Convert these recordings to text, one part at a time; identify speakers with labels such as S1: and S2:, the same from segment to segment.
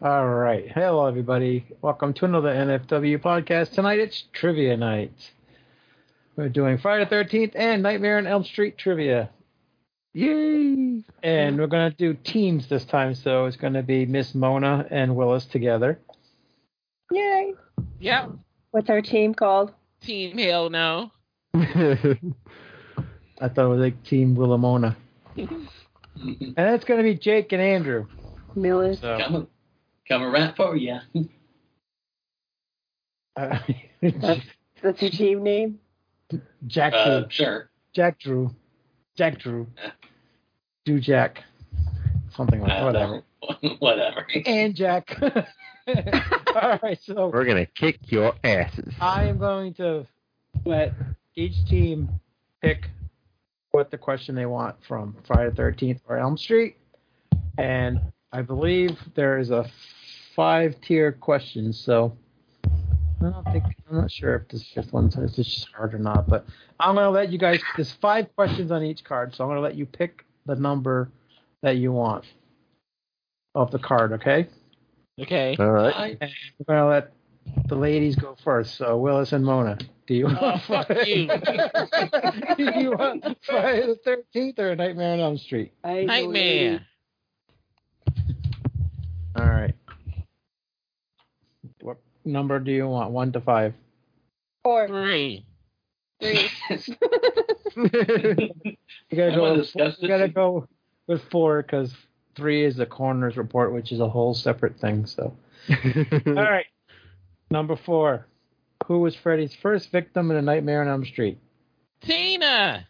S1: All right. Hello, everybody. Welcome to another NFW podcast. Tonight it's trivia night. We're doing Friday the 13th and Nightmare on Elm Street trivia.
S2: Yay!
S1: And we're going to do teams this time, so it's going to be Miss Mona and Willis together.
S3: Yay.
S4: Yep.
S3: What's our team called?
S4: Team Hell No.
S1: I thought it was like Team Willamona. and it's going to be Jake and Andrew.
S3: Miller.
S1: So
S5: Mm-hmm. Come, come around for ya.
S1: uh,
S3: That's your team name?
S1: Jack
S5: Uh,
S1: Drew.
S5: sure.
S1: Jack Drew. Jack Drew. Do Jack. Something like
S5: Uh,
S1: whatever.
S5: whatever.
S1: And Jack. All right, so
S2: We're gonna kick your asses.
S1: I am going to let each team pick what the question they want from Friday the 13th or Elm Street. And I believe there is a five tier question, so I don't think I'm not sure if this fifth one is just hard or not, but I'm gonna let you guys there's five questions on each card, so I'm gonna let you pick the number that you want of the card, okay?
S4: Okay.
S2: All right.
S5: I,
S1: We're gonna let the ladies go first. So Willis and Mona, do you
S4: Oh,
S1: want
S4: fuck you.
S1: do you want Friday the Thirteenth or Nightmare on Elm Street?
S3: I believe-
S4: Nightmare.
S1: All right. What number do you want? One to five.
S3: Four.
S4: Three.
S3: Three.
S1: You gotta
S5: I
S1: go.
S5: wanna
S1: With,
S5: discuss
S1: you
S5: this
S1: gotta
S5: in-
S1: go with four because three is the coroner's report, which is a whole separate thing. So. All right. Number four. Who was Freddy's first victim in A Nightmare on Elm Street?
S4: Tina.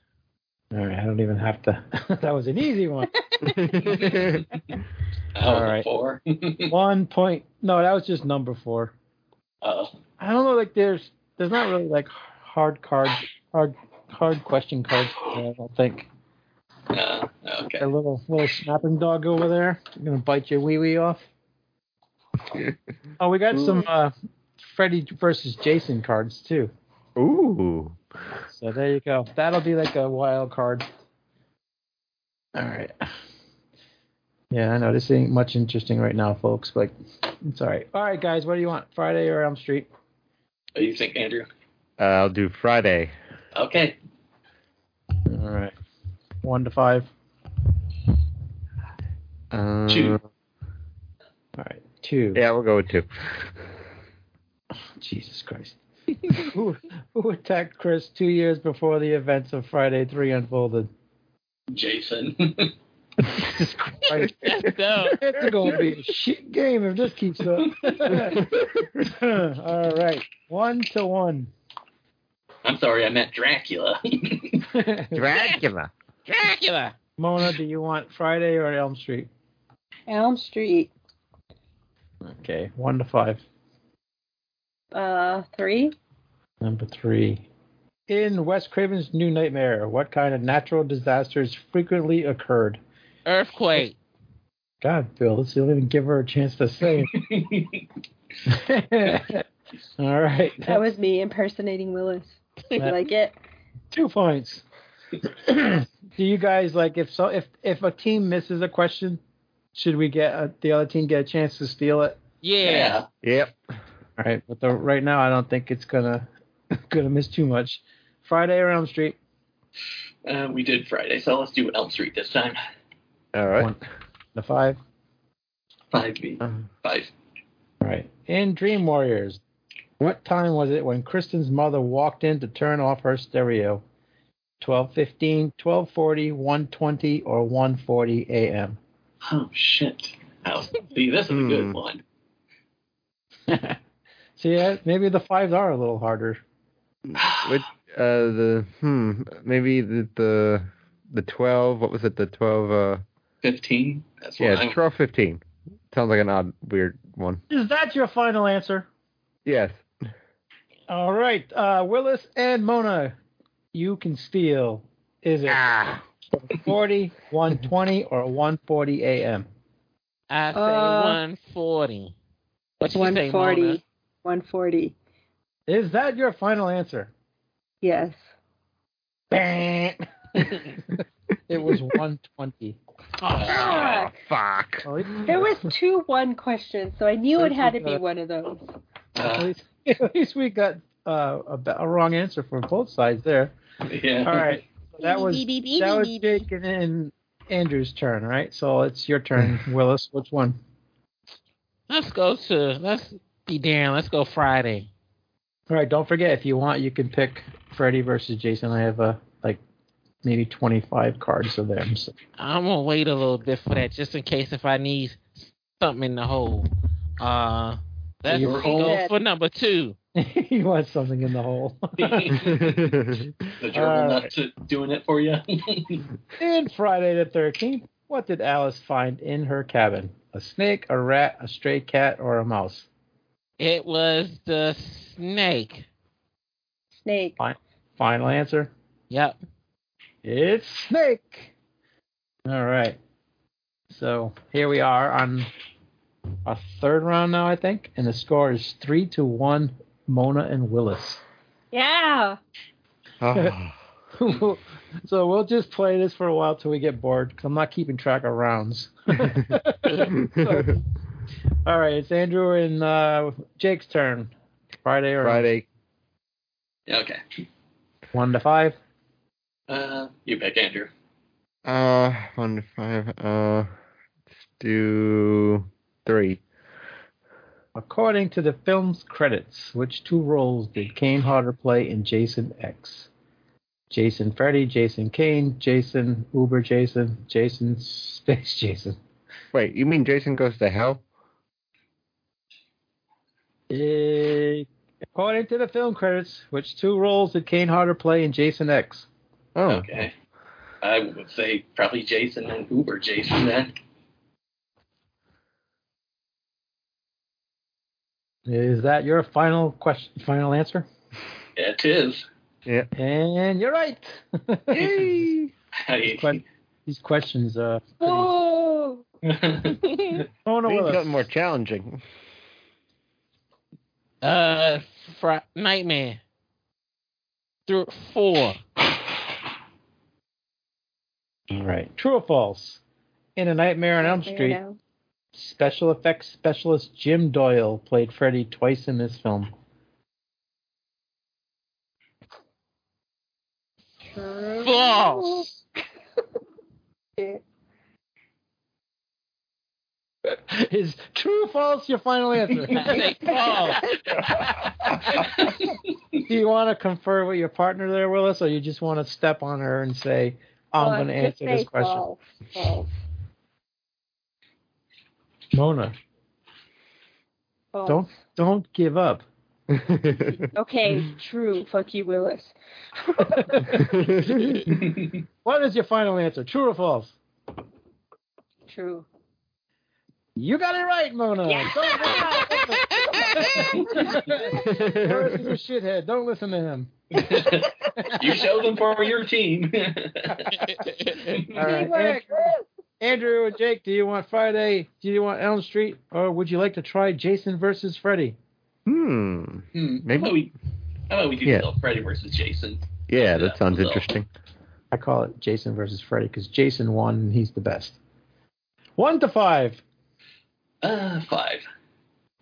S1: All right, I don't even have to. that was an easy one.
S5: I was
S1: All
S5: a
S1: right.
S5: four.
S1: one point. No, that was just number four.
S5: oh,
S1: I don't know. Like there's there's not really like hard cards, hard hard question cards. there, I don't think.
S5: uh, okay.
S1: A little little snapping dog over there. You're gonna bite your wee wee off. oh, we got some uh, Freddy versus Jason cards too.
S2: Ooh.
S1: So there you go. That'll be like a wild card. All right. Yeah, I know this ain't much interesting right now, folks, but it's all right. All right, guys, what do you want? Friday or Elm Street?
S5: What do Oh, you think, Andrew?
S2: Uh, I'll do Friday.
S5: Okay.
S1: All right. One to five.
S2: Uh,
S5: Two.
S1: All right. Two.
S2: Yeah, we'll go with two.
S1: Jesus Christ. who, who attacked Chris two years before the events of Friday 3 unfolded?
S5: Jason.
S1: Jesus Christ.
S4: That's dope.
S1: it's going to be a shit game if this keeps up. all right. One to one.
S5: I'm sorry, I meant Dracula.
S2: Dracula.
S4: Dracula.
S1: Mona, do you want Friday or Elm Street?
S3: Elm Street.
S1: Okay. One to five.
S3: Uh, three.
S1: Number three. In Wes Craven's New Nightmare, what kind of natural disasters frequently occurred?
S4: Earthquake.
S1: God, Bill, this you don't even give her a chance to say. it. All right,
S3: That was me impersonating Willis. You like it?
S1: two points. Do you guys like if so if if a team misses a question, should we get a, the other team get a chance to steal it?
S4: Yeah.
S5: yeah.
S2: Yep.
S1: All right, but the, right now I don't think it's gonna gonna miss too much. Friday or Elm Street.
S5: Uh, we did Friday, so let's do Elm Street this time.
S2: All right.
S1: One. The five.
S5: Five B.
S2: Uh-huh.
S5: Five.
S1: All right. In Dream Warriors, what time was it when Kristen's mother walked in to turn off her stereo? 12:15, 12:40, 1:20 or 1:40 a.m.
S5: Oh shit. Oh, see, this is a
S2: Hmm.
S5: good one.
S1: So yeah, uh, maybe the fives are a little harder.
S2: Which uh the hmm maybe the the the twelve what was it the twelve uh
S5: Fifteen. That's what
S2: yeah
S5: I'm.
S2: twelve fifteen sounds like an odd weird one
S1: Is that your final answer?
S2: yes
S1: All right. Uh, Willis and Mona, you can steal. Is it
S2: ah
S1: 40, 1:20 or 1:40 a.m.?
S4: I say
S3: Uh,
S4: 140. What you say,
S3: 140.
S4: Mona?
S3: 140.
S1: Is that your final answer?
S3: Yes.
S1: Bang. it was 120.
S2: Oh,
S3: Fuck.
S2: fuck.
S1: Well, at
S3: There was two one questions, so I knew it had to be
S1: Uh,
S3: one of those.
S5: Uh,
S1: least, at least we got uh, a, ba- a wrong answer for both sides there.
S5: yeah.
S1: All right. So that was that was Jake and then Andrew's turn, right? So it's your turn, Willis. Which one?
S4: Let's go to let's be damn. Let's go Friday.
S1: All right. Don't forget, if you want, you can pick Freddy versus Jason. I have uh, like maybe 25 cards of them. So.
S4: I'm gonna wait a little bit for that, just in case if I need something in the hole. Uh, let's
S1: Your
S4: go
S3: hole?
S4: for number two.
S1: you want something in the hole.
S2: Wait,
S5: The
S2: Uh,
S5: gerbil
S1: All
S5: not to- doing it for you.
S1: And Friday the 13th, what did Alice find in her cabin? A snake, a rat, a stray cat, or a mouse?
S4: It was the snake.
S3: Snake.
S1: Final answer.
S4: Yep.
S1: It's Snake. All right. So here we are on our third round now, I think, and the score is three to one. Mona and Willis.
S3: Yeah.
S2: oh,
S1: so we'll just play this for a while till we get bored. Cause I'm not keeping track of rounds. All right, it's Andrew and uh, Jake's turn. Friday or
S2: Friday.
S5: Yeah, okay.
S1: one to five.
S5: Uh, you back, Andrew.
S2: Uh, one to five. Uh, let's do three.
S1: According to the film's credits, which two roles did Kane Hodder play in Jason X? Jason Freddy, Jason Kane, Jason Uber Jason, Jason Space Jason.
S2: Wait, you mean Jason goes to hell?
S1: Eh, according to the film credits, which two roles did Kane Hodder play in Jason X?
S2: Oh,
S5: Okay. I would say probably Jason and Uber Jason then.
S1: Is that your final question? Final answer?
S5: It is.
S1: And you're right.
S5: I,
S1: Quite- These questions, uh,
S3: Whoa.
S1: Mona
S2: Need
S1: Willis.
S2: something more challenging.
S4: Uh, fr- nightmare. Through four.
S1: All right. True or false? In A Nightmare on Elm
S3: There you
S1: Street,
S3: go.
S1: Special effects specialist Jim Doyle played Freddy twice in this film.
S4: False.
S3: Shit.
S1: Is true or false your final answer?
S4: I say false.
S1: Do you want to confer with your partner there, Willis, or you just want to step on her and say, I'm
S3: Well,
S1: going to
S3: just
S1: answer this
S3: say
S1: question?
S3: false. False.
S1: Mona,
S3: False.
S1: Don't- don't give up.
S3: Okay, true. Fuck you, Willis.
S2: Hmm.
S1: what is your final answer? True or false?
S3: True.
S1: You got it right, Mona. Willis is a shithead. Don't listen to him.
S5: you show them for your team.
S1: All right.
S3: Teamwork.
S1: Andrew and Jake, do you want Friday? Do you want Elm Street? Or would you like to try Jason versus Freddy?
S2: hmm.
S5: Hmm,
S2: Maybe-
S5: How about we, how about we do
S2: Yeah.
S5: little Freddy versus Jason?
S2: Yeah, that
S5: Yeah,
S2: sounds
S5: so-
S2: interesting.
S1: I call it Jason versus Freddy because Jason won and he's the best. One to five.
S5: Uh, five.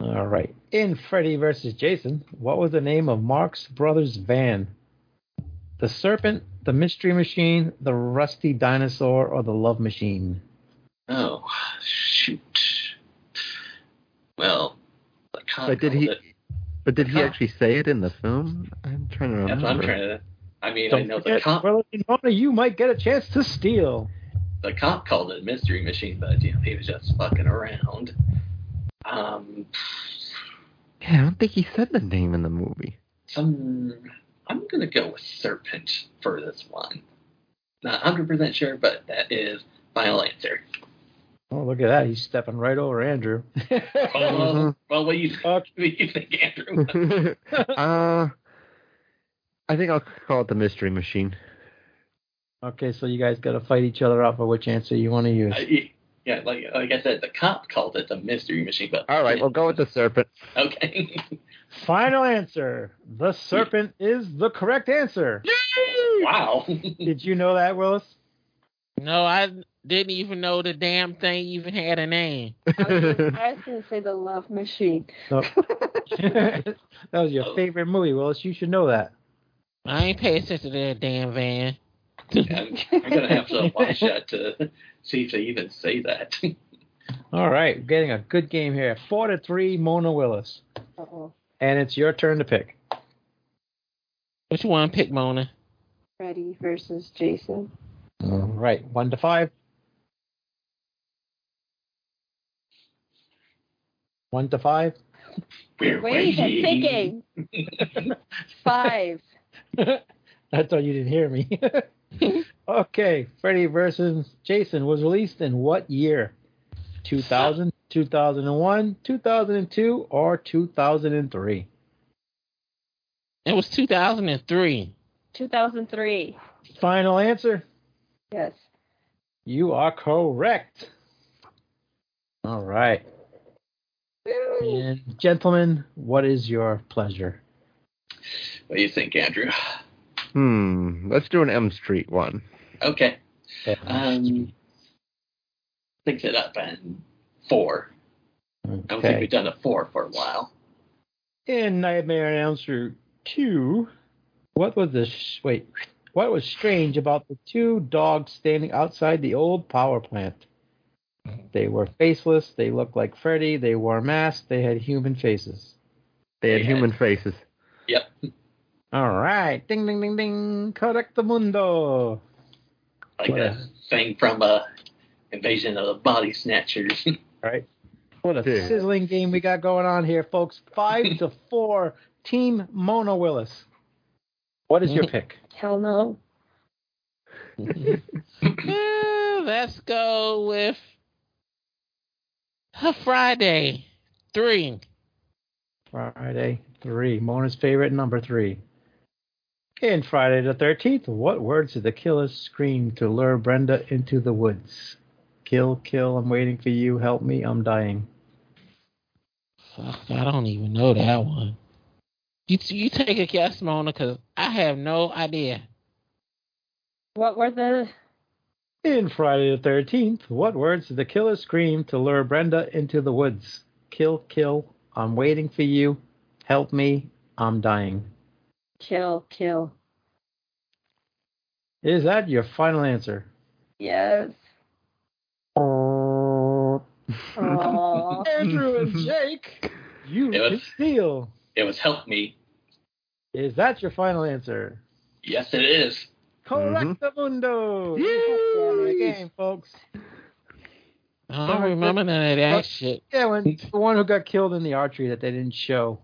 S1: All right. In Freddy versus Jason, what was the name of Mark's brother's van? The Serpent, the Mystery Machine, the Rusty Dinosaur, or the Love Machine?
S5: Oh, shoot. Well, I can't
S2: But did
S5: call
S2: he?
S5: it-
S2: But did he
S5: Huh?
S2: actually say it in the film? I'm trying to
S5: That's
S2: remember.
S5: what I'm trying to. I mean, I know the
S1: forget,
S5: comp,
S1: Brother Winona, you might get a chance to steal.
S5: the comp called it a mystery machine, but you know he was just fucking around. Um,
S2: Yeah, I don't think he said the name in the movie.
S5: some. I'm gonna go with serpent for this one. Not 100 percent sure, but that is final answer.
S1: Oh, look at that. He's stepping right over Andrew.
S5: Well, well what do you,
S1: Okay.
S5: what do you think, Andrew?
S2: uh, I think I'll call it the Mystery Machine.
S1: Okay, so you guys got to fight each other out for which answer you want to use.
S5: I- yeah, like like I said, the cop called it the mystery machine, but
S2: All right, we'll go with the Serpent.
S5: okay.
S1: Final answer. The serpent is the correct answer.
S5: wow.
S1: Did you know that, Willis?
S4: No, I didn't even know the damn thing even had a name.
S3: I was gonna- I was going to say the love machine.
S1: that was your favorite movie, Willis. You should know that.
S4: I ain't pay attention to that damn van.
S5: I'm, I'm gonna have to watch that to see if they even say that.
S1: All right, we're getting a good game here. Four to three, Mona Willis,
S3: Uh-oh.
S1: and it's your turn to pick.
S4: Which one pick Mona?
S3: Freddy versus Jason.
S1: All right, one to five. One to five.
S5: We're
S3: Wait, I'm thinking. Five.
S1: I thought you didn't hear me. okay, Freddy versus Jason was released in what year? 2000, 2001, 2002, or 2003?
S4: It was 2003.
S3: 2003.
S1: Final answer.
S3: Yes.
S1: You are correct. All right.
S3: Woo.
S1: And gentlemen, what is your pleasure?
S5: What do you think, Andrew?
S2: Hmm. Let's do an M Street one.
S5: Okay. Um, think it up and four. I don't think
S1: Okay.
S5: we've done a four for a while.
S1: In Nightmare on Elm Street 2, what was the sh- wait? What was strange about the two dogs standing outside the old power plant? They were faceless. They looked like Freddy. They wore masks. They had human faces.
S2: They had
S5: Yeah.
S2: human faces.
S5: Yep.
S1: All right, ding ding ding ding, correcto mundo.
S5: Like
S1: Whatever.
S5: a thing from uh, Invasion of the Body Snatchers.
S1: What a
S2: Yeah.
S1: sizzling game we got going on here, folks. Five to four, Team Mona Willis. What is your pick?
S3: Hell no.
S4: Eh, let's go with a Friday. Three.
S1: Friday three, Mona's favorite number three. In Friday the thirteenth, what words did the killer scream to lure Brenda into the woods? Kill, kill, I'm waiting for you, help me, I'm dying.
S4: Fuck, I don't even know that one. You you take a guess, Mona, because I have no idea.
S3: What were the
S1: In Friday the thirteenth, what words did the killer scream to lure Brenda into the woods? Kill, kill, I'm waiting for you, help me, I'm dying.
S3: kill, kill?
S1: Is that your final answer?
S3: Yes. Aw.
S1: Andrew and Jake, you
S5: It was-
S1: can steal.
S5: it was Help Me.
S1: Is that your final answer?
S5: Yes, it is.
S1: Correctamundo! mundo.
S3: Yay!
S1: game, folks.
S4: I
S1: Mona,
S4: don't remember none of
S1: what-
S4: that shit.
S1: Yeah, when the one who got killed in the archery that they didn't show.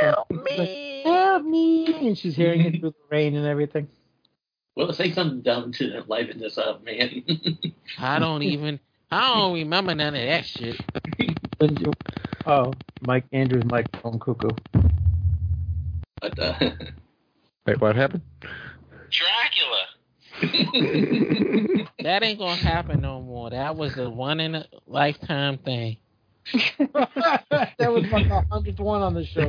S3: Help me.
S1: Help me! And she's hearing it through the rain and everything.
S5: Well, say something dumb to liven this up, man.
S4: I don't even. I don't remember none of that shit.
S1: When you- Oh, Mike Andrews, microphone cuckoo.
S5: but, uh,
S2: Wait, what happened?
S6: Dracula.
S4: That ain't gonna happen no more. That was a one in a lifetime thing.
S1: that was like the hundredth one on the show.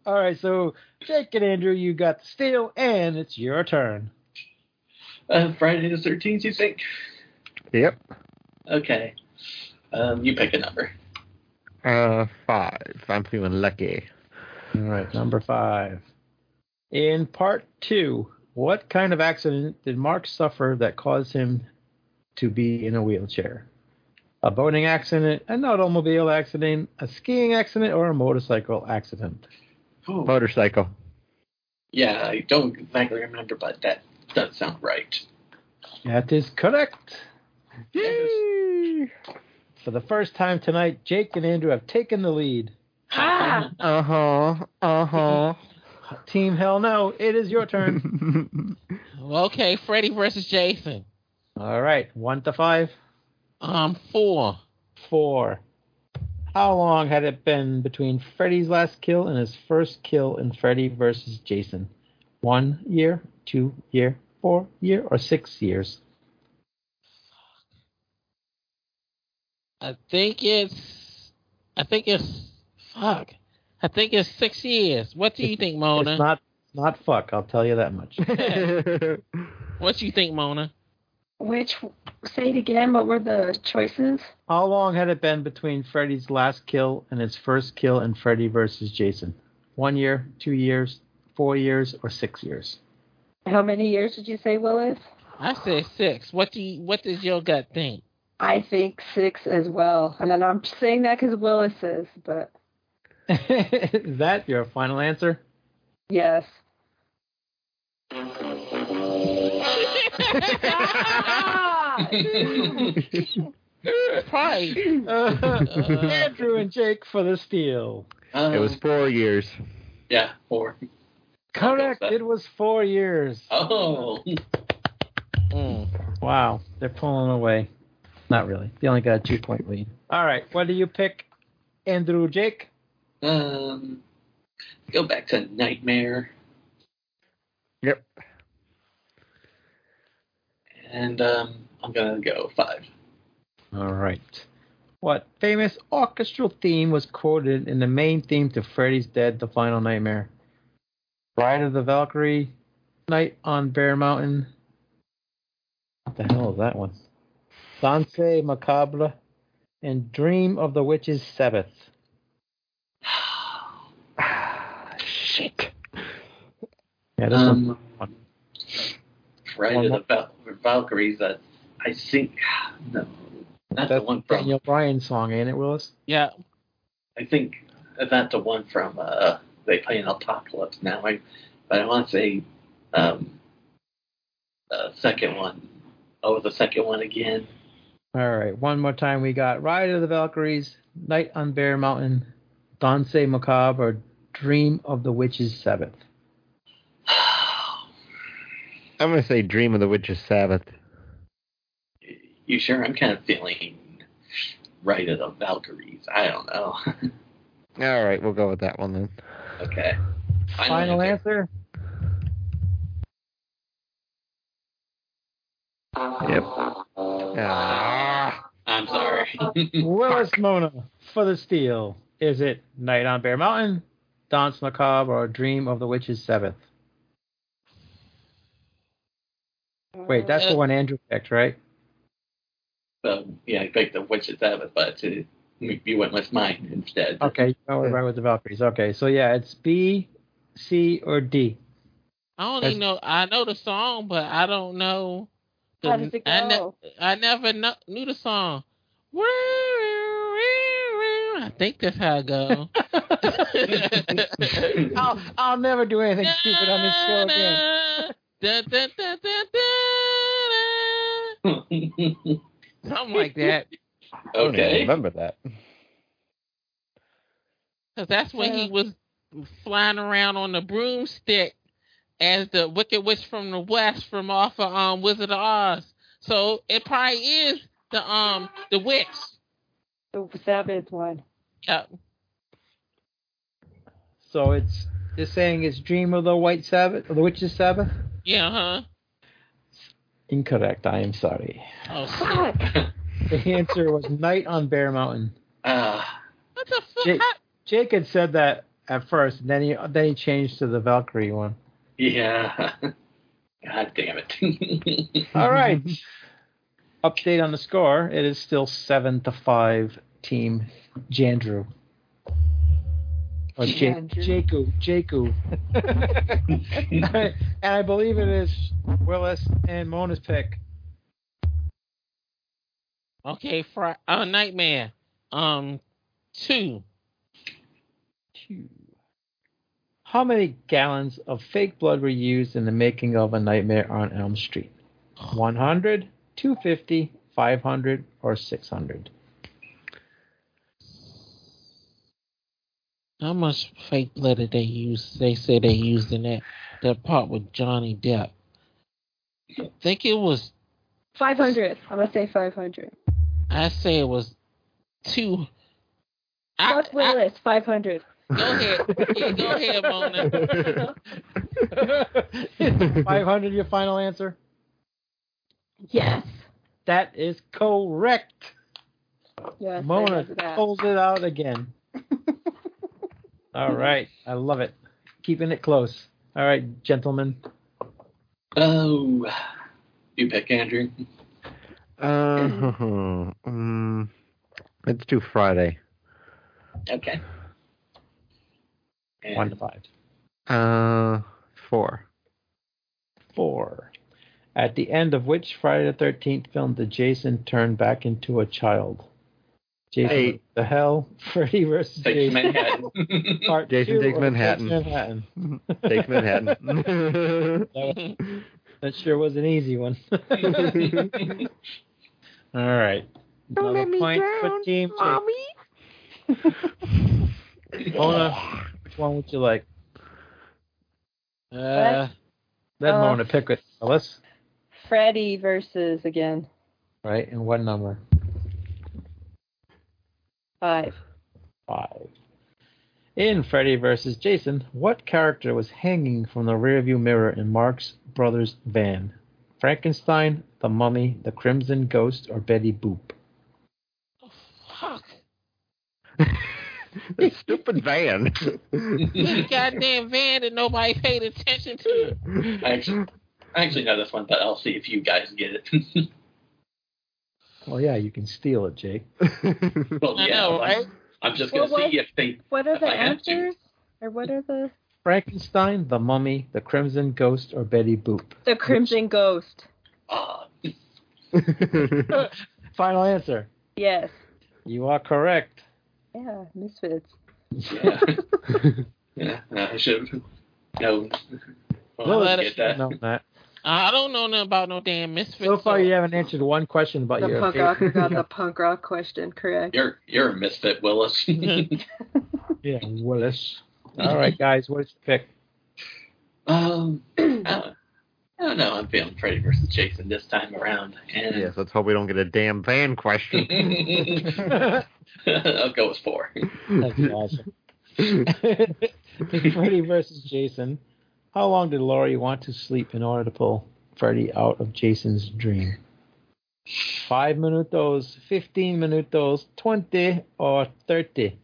S1: All right, so Jake and Andrew, you got the steal, and it's your turn.
S5: uh, Friday the 13th, you think?
S2: yep.
S5: Okay. Um, you pick a number.
S2: Uh, five. I'm feeling lucky.
S1: All right, number five. In part two, what kind of accident did Mark suffer that caused him to be in a wheelchair? A boating accident, an automobile accident, a skiing accident, or a motorcycle accident?
S5: Oh.
S2: Motorcycle.
S5: Yeah, I don't exactly remember, but that does sound right.
S1: That is correct.
S2: Yay!
S1: For the first time tonight, Jake and Andrew have taken the lead.
S3: Ah.
S2: Uh huh. Uh huh.
S1: Team Hell No, it is your turn.
S4: Okay, Freddy versus Jason.
S1: All right, one to five.
S4: Um, four.
S1: Four. How long had it been between Freddy's last kill and his first kill in Freddy versus Jason? One year, two year, four year, or six years?
S4: I think it's. I think it's. Fuck. I think it's six years. What do you think, Mona?
S1: It's not not fuck. I'll tell you that much.
S4: What you think, Mona?
S3: Which, say it again, what were the choices?
S1: How long had it been between Freddy's last kill and his first kill in Freddy versus Jason? One year, two years, four years, or six years?
S3: How many years did you say, Willis?
S4: I said six. What do you, what does your gut think?
S3: I think six as well. And then I'm saying that because Willis is, but
S1: Is that your final answer?
S3: yes.
S5: Uh,
S4: Probably.
S1: Andrew and Jake for the steal.
S5: Um,
S2: It was four years.
S5: yeah four.
S1: Correct. It was four years.
S5: Oh,
S4: Mm.
S1: Wow, they're pulling away. Not really. They only got a two point lead. All right, what do you pick, Andrew Jake?
S5: um, go back to nightmare
S2: Yep.
S5: and um, I'm gonna go five.
S1: All right. What famous orchestral theme was quoted in the main theme to Freddy's Dead: The Final Nightmare? Ride of the Valkyrie, Night on Bear Mountain. What the hell is that one? Danse Macabre, and Dream of the Witch's Sabbath.
S2: Shit.
S1: Yeah, this one.
S5: Um,
S1: one.
S5: Right
S1: One
S5: of
S1: more.
S5: the Val- Valkyries. That I think no, not the
S1: That's
S5: one from.
S1: Daniel Bryan song, ain't it, Willis?
S4: Yeah.
S5: I think not the one from uh, they play in Apocalypse now. I, but I want to say um, uh, second one. Oh, the second one again.
S1: All right, one more time. We got Ride of the Valkyries, Night on Bear Mountain, Danse Macabre, or Dream of the Witch's Sabbath.
S2: I'm gonna say Dream of the Witch's Sabbath.
S5: You sure? I'm kind of feeling right of the Valkyries. I don't know.
S2: All right, we'll go with that one then.
S5: okay.
S1: Final answer?
S2: Yep. Ah.
S5: I'm sorry.
S1: Willis Mona for the steal. Is it Night on Bear Mountain, Dance Macabre, or Dream of the Witch's Sabbath? Wait, that's the one Andrew picked, right?
S5: so yeah, I picked the Witch's Sabbath, but uh, you went with mine instead.
S1: Okay, you went with Ride with the Valkyries. Okay, so yeah, it's B, C, or D.
S4: I don't
S1: That's-
S4: even know. I know the song, but I don't know. the-
S3: How does it
S4: I, ne-
S3: go?
S4: I never kno- knew the song. I think that's how it goes.
S1: I'll, I'll never do anything stupid on this show again.
S4: Da, da, da, da, da, da. Something like that.
S2: I don't even
S5: okay.
S2: remember that.
S4: Because that's when he
S3: Yeah.
S4: was flying around on the broomstick as the Wicked Witch from the West from off of um, Wizard of Oz. So it probably is the um the witch.
S3: The seventh one.
S4: Uh,
S1: So it's they're saying it's Dream of the White Sabbath, or the Witch's Sabbath.
S4: yeah, huh?
S1: Incorrect. I am sorry.
S4: Oh, shit.
S3: Fuck.
S1: The answer was Night on Bear Mountain.
S5: Uh,
S4: what the fuck?
S1: Jake-
S4: How-
S1: Jake had said that at first, and then he then he changed to the Valkyrie one.
S5: yeah. God damn it.
S1: All right. Update on the score. It is still seven to five, Team Jandrew. Or Ja- Jaku,
S3: Jandrew.
S1: Jaku. and I believe it is Willis and Mona's pick.
S4: Okay, for uh, Nightmare. Um, two.
S1: How many gallons of fake blood were used in the making of A Nightmare on Elm Street? 100, 250, 500, or 600?
S4: How much fake blood did they use? They said they used in that that part with Johnny Depp. I think it was.
S3: 500. I'm going to say 500.
S4: I say it was two. I,
S3: Fuck
S4: I,
S3: Willis, 500.
S4: go ahead. Yeah, go ahead, Mona.
S1: Is 500 your final answer?
S3: Yes.
S1: That is correct.
S3: Yes. I
S1: Mona
S3: remember that.
S1: pulls it out again. All right. I love it. Keeping it close. All right, gentlemen.
S5: oh, You pick Andrew.
S2: Uh, um, let's do Friday.
S5: Okay. And
S1: One to five.
S2: Uh, four.
S1: Four. At the end of which Friday the Thirteenth film did Jason turn back into a child? Jason
S2: Eight.
S1: what the hell, Freddy versus
S5: Takes
S1: Jason.
S5: Manhattan.
S1: Part
S2: Jason
S1: two
S2: Takes
S1: or
S2: Manhattan.
S1: Takes Manhattan.
S2: Takes Manhattan.
S1: That sure was an easy one. All right. Another point for Team Jason.
S3: Oh,
S1: Mona, which one would you like? Uh, then
S3: Uh,
S1: Mona, pick with Ellis,
S3: Freddy versus again.
S1: right? And what number?
S3: Five.
S1: Five. In Freddy versus Jason, what character was hanging from the rearview mirror in Mark's brother's van? Frankenstein, the Mummy, the Crimson Ghost, or Betty Boop?
S4: Fuck.
S2: That stupid van.
S4: This goddamn van that nobody paid attention to.
S5: I actually, I actually know this one, but I'll see if you guys get it.
S1: Well, yeah, you can steal it, Jake.
S5: well,
S4: I
S5: yeah,
S4: know,
S5: I'm-
S4: right?
S5: I'm just gonna
S3: Well, what?
S5: see if they.
S3: What are
S5: If
S3: the
S5: I had to.
S3: answers? Or what are the
S1: Frankenstein, the Mummy, the Crimson Ghost, or Betty Boop?
S3: the Crimson Ghost?
S5: Uh,
S1: Final answer.
S3: Yes.
S1: You are correct.
S3: Yeah, Misfits.
S5: yeah. yeah, I should have known. Well,
S1: Lily
S5: I
S4: let
S5: get that.
S1: No, not.
S4: I don't know nothing about no damn misfits.
S1: So far, you haven't answered one question about
S3: The
S1: your
S3: punk rock we got the punk rock question correct.
S5: You're you're a misfit, Willis.
S1: Yeah, Willis. All right, guys, what's your pick?
S5: um, I don't, I don't know. I'm feeling Freddy versus Jason this time around, and
S2: yes, let's hope we don't get a damn van question.
S5: I'll go with four.
S1: That's awesome. Freddy versus Jason. How long did Laurie want to sleep in order to pull Freddy out of Jason's dream? Five minutos, 15 minutos, 20, or 30?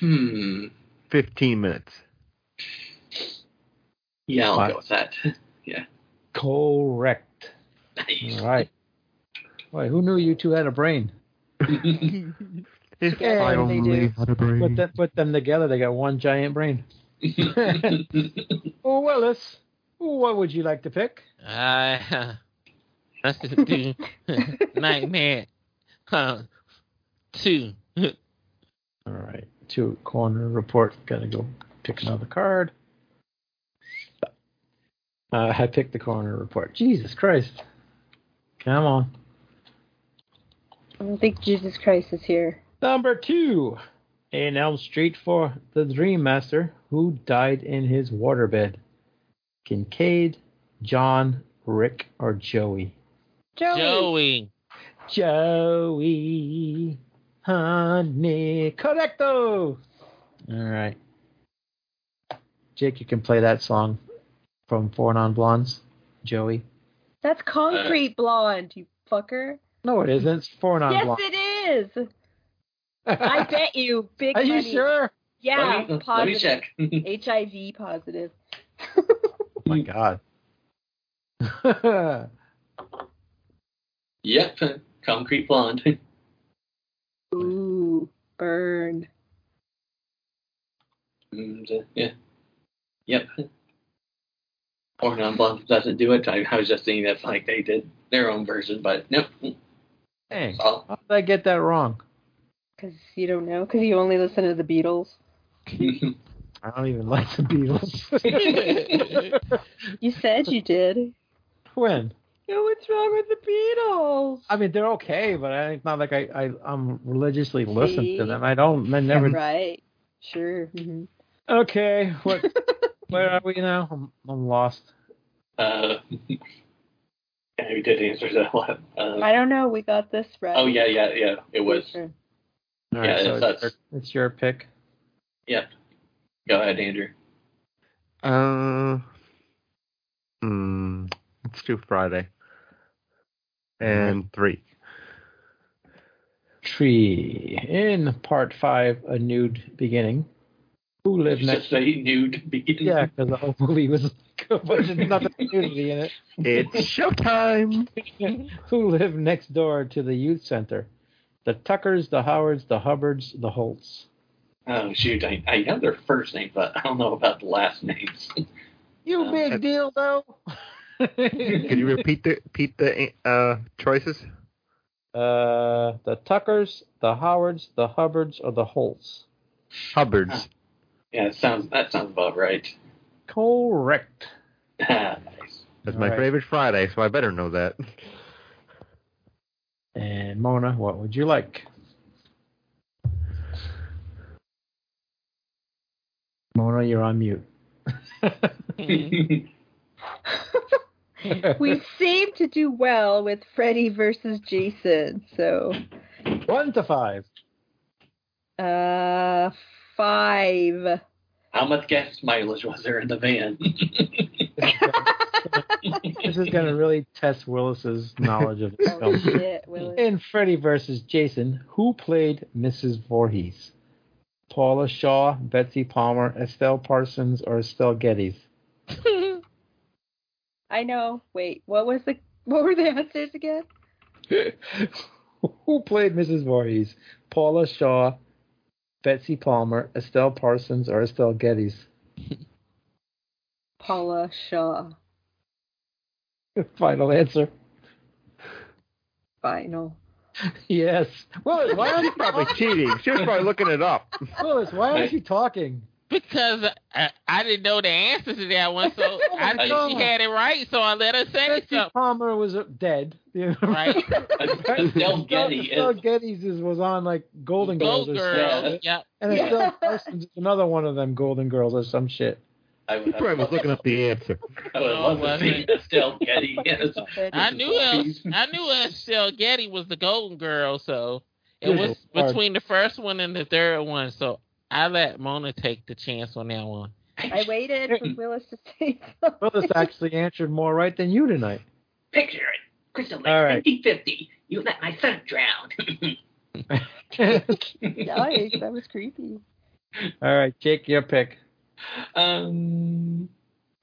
S5: Hmm.
S2: Fifteen minutes.
S5: Yeah, I'll
S1: Five.
S5: go with that.
S1: Correct. All right. Boy, who knew you two had a brain?
S2: If
S3: Yeah,
S2: I
S3: they
S2: only
S3: do.
S2: had a brain.
S1: Put them, put them together, they got one giant brain. Oh, Willis, what would you like to pick?
S4: I, that's the dude. Nightmare. Huh. Two.
S1: All right, two corner report. Gotta go pick another card. Uh, I picked the corner report. Jesus Christ. Come on.
S3: I don't think Jesus Christ is here.
S1: Number two in Elm Street for the Dream Master, who died in his waterbed. Kincaid, John, Rick, or Joey?
S3: Joey.
S4: Joey.
S1: Joey Honey Correcto. All right. Jake, you can play that song from Four Non Blondes. Joey.
S3: That's concrete blonde, you fucker.
S1: No, it isn't. It's Four Non
S3: yes,
S1: Blondes.
S3: it is. I bet you big
S1: Are you
S3: money.
S1: sure?
S3: Yeah,
S5: let, me, let me
S3: positive.
S5: check.
S3: HIV positive.
S1: Oh my God.
S5: yep, Concrete Blonde.
S3: Ooh, burn.
S5: And, uh, yeah. Yep. Or non blonde doesn't do it. I, I was just thinking that's like they did their own version, but nope.
S1: Dang.
S5: I'll,
S1: How did I get that wrong?
S3: Because you don't know. Because you only listen to the Beatles.
S1: I don't even like the Beatles.
S3: You said you did.
S1: when?
S3: Yo, what's wrong with the Beatles?
S1: I mean, they're okay, but I, it's not like I, I I'm religiously listening to
S3: See?
S1: them. I don't. I never
S3: Right. Sure. hmm
S1: Okay, what? where are we now? I'm, I'm lost.
S5: uh, yeah, we did answer that one. Uh,
S3: I don't know. We got this right.
S5: oh, yeah, yeah, yeah. It was.
S3: Sure.
S1: All
S5: Yeah,
S1: right, so
S5: it's
S1: it's your,
S5: us.
S1: it's your pick.
S5: Go ahead, Andrew.
S2: Uh, mm, let's do Friday. And three.
S1: Tree in part five, a nude beginning. who lived
S5: You
S1: next.
S5: just say nude beating.
S1: Yeah, because the whole movie was like a bunch of nothing nudity in
S2: It's showtime.
S1: it. who lived next door to the youth center? The Tuckers, the Howards, the Hubbards, the Holts.
S5: Oh shoot, I, I know their first name, but I don't know about the last names.
S1: You
S5: Um,
S1: big deal though.
S2: Could you repeat the repeat the uh, choices?
S1: Uh, the Tuckers, the Howards, the Hubbards, or the Holts?
S2: Hubbards.
S5: yeah, it sounds that sounds about right.
S1: Correct.
S5: Ah, nice.
S2: That's my
S1: All right.
S2: favorite Friday, so I better know that.
S1: And Mona, what would you like? Mona, you're on mute. Mm-hmm.
S3: We seem to do well with Freddy versus Jason, so
S1: One to five.
S3: uh five.
S5: How much gas mileage was there in the van?
S1: This is going to really test Willis's knowledge of this
S3: Oh
S1: film.
S3: shit, Willis.
S1: In Freddy vs. Jason, who played Mrs. Voorhees? Paula Shaw, Betsy Palmer, Estelle Parsons, or Estelle Geddes?
S3: I know. Wait, what was the what were the answers again?
S1: Who played Mrs. Voorhees? Paula Shaw, Betsy Palmer, Estelle Parsons, or Estelle Geddes?
S3: Paula Shaw.
S1: Final answer.
S3: Final.
S1: Yes. Willis, why aren't
S2: She's
S1: you,
S2: probably cheating. She was probably looking it up.
S1: Willis, why aren't you talking?
S4: because I, I didn't know the answer to that one, so I think she had it right, so I let her say
S1: Betsy
S4: something.
S1: Palmer was uh, dead. You know?
S4: Right?
S5: Estelle Getty
S1: Estelle
S5: is
S1: Geddes is, was on like Golden Girls,
S4: Gold
S1: or
S4: Girl.
S1: something.
S4: Yep.
S1: and
S3: Yeah.
S1: Estelle Parsons is another one of them Golden Girls or some shit.
S5: I
S2: She
S5: would, I
S2: probably was looking up the answer.
S5: would
S4: No,
S5: love
S4: it
S5: to see Estelle Getty. as
S4: I knew
S5: Please.
S4: El, I knew Estelle Getty was the golden girl, so it
S1: Good
S4: was
S1: Lord.
S4: between the first one and the third one. So I let Mona take the chance on that one.
S3: I waited for Willis to say something.
S1: Willis actually answered more right than you tonight.
S6: Picture it. Crystal Lake
S1: All right.
S6: 50 You let my son drown.
S3: Yikes, that was creepy.
S1: All right, Jake, your pick.
S5: Um,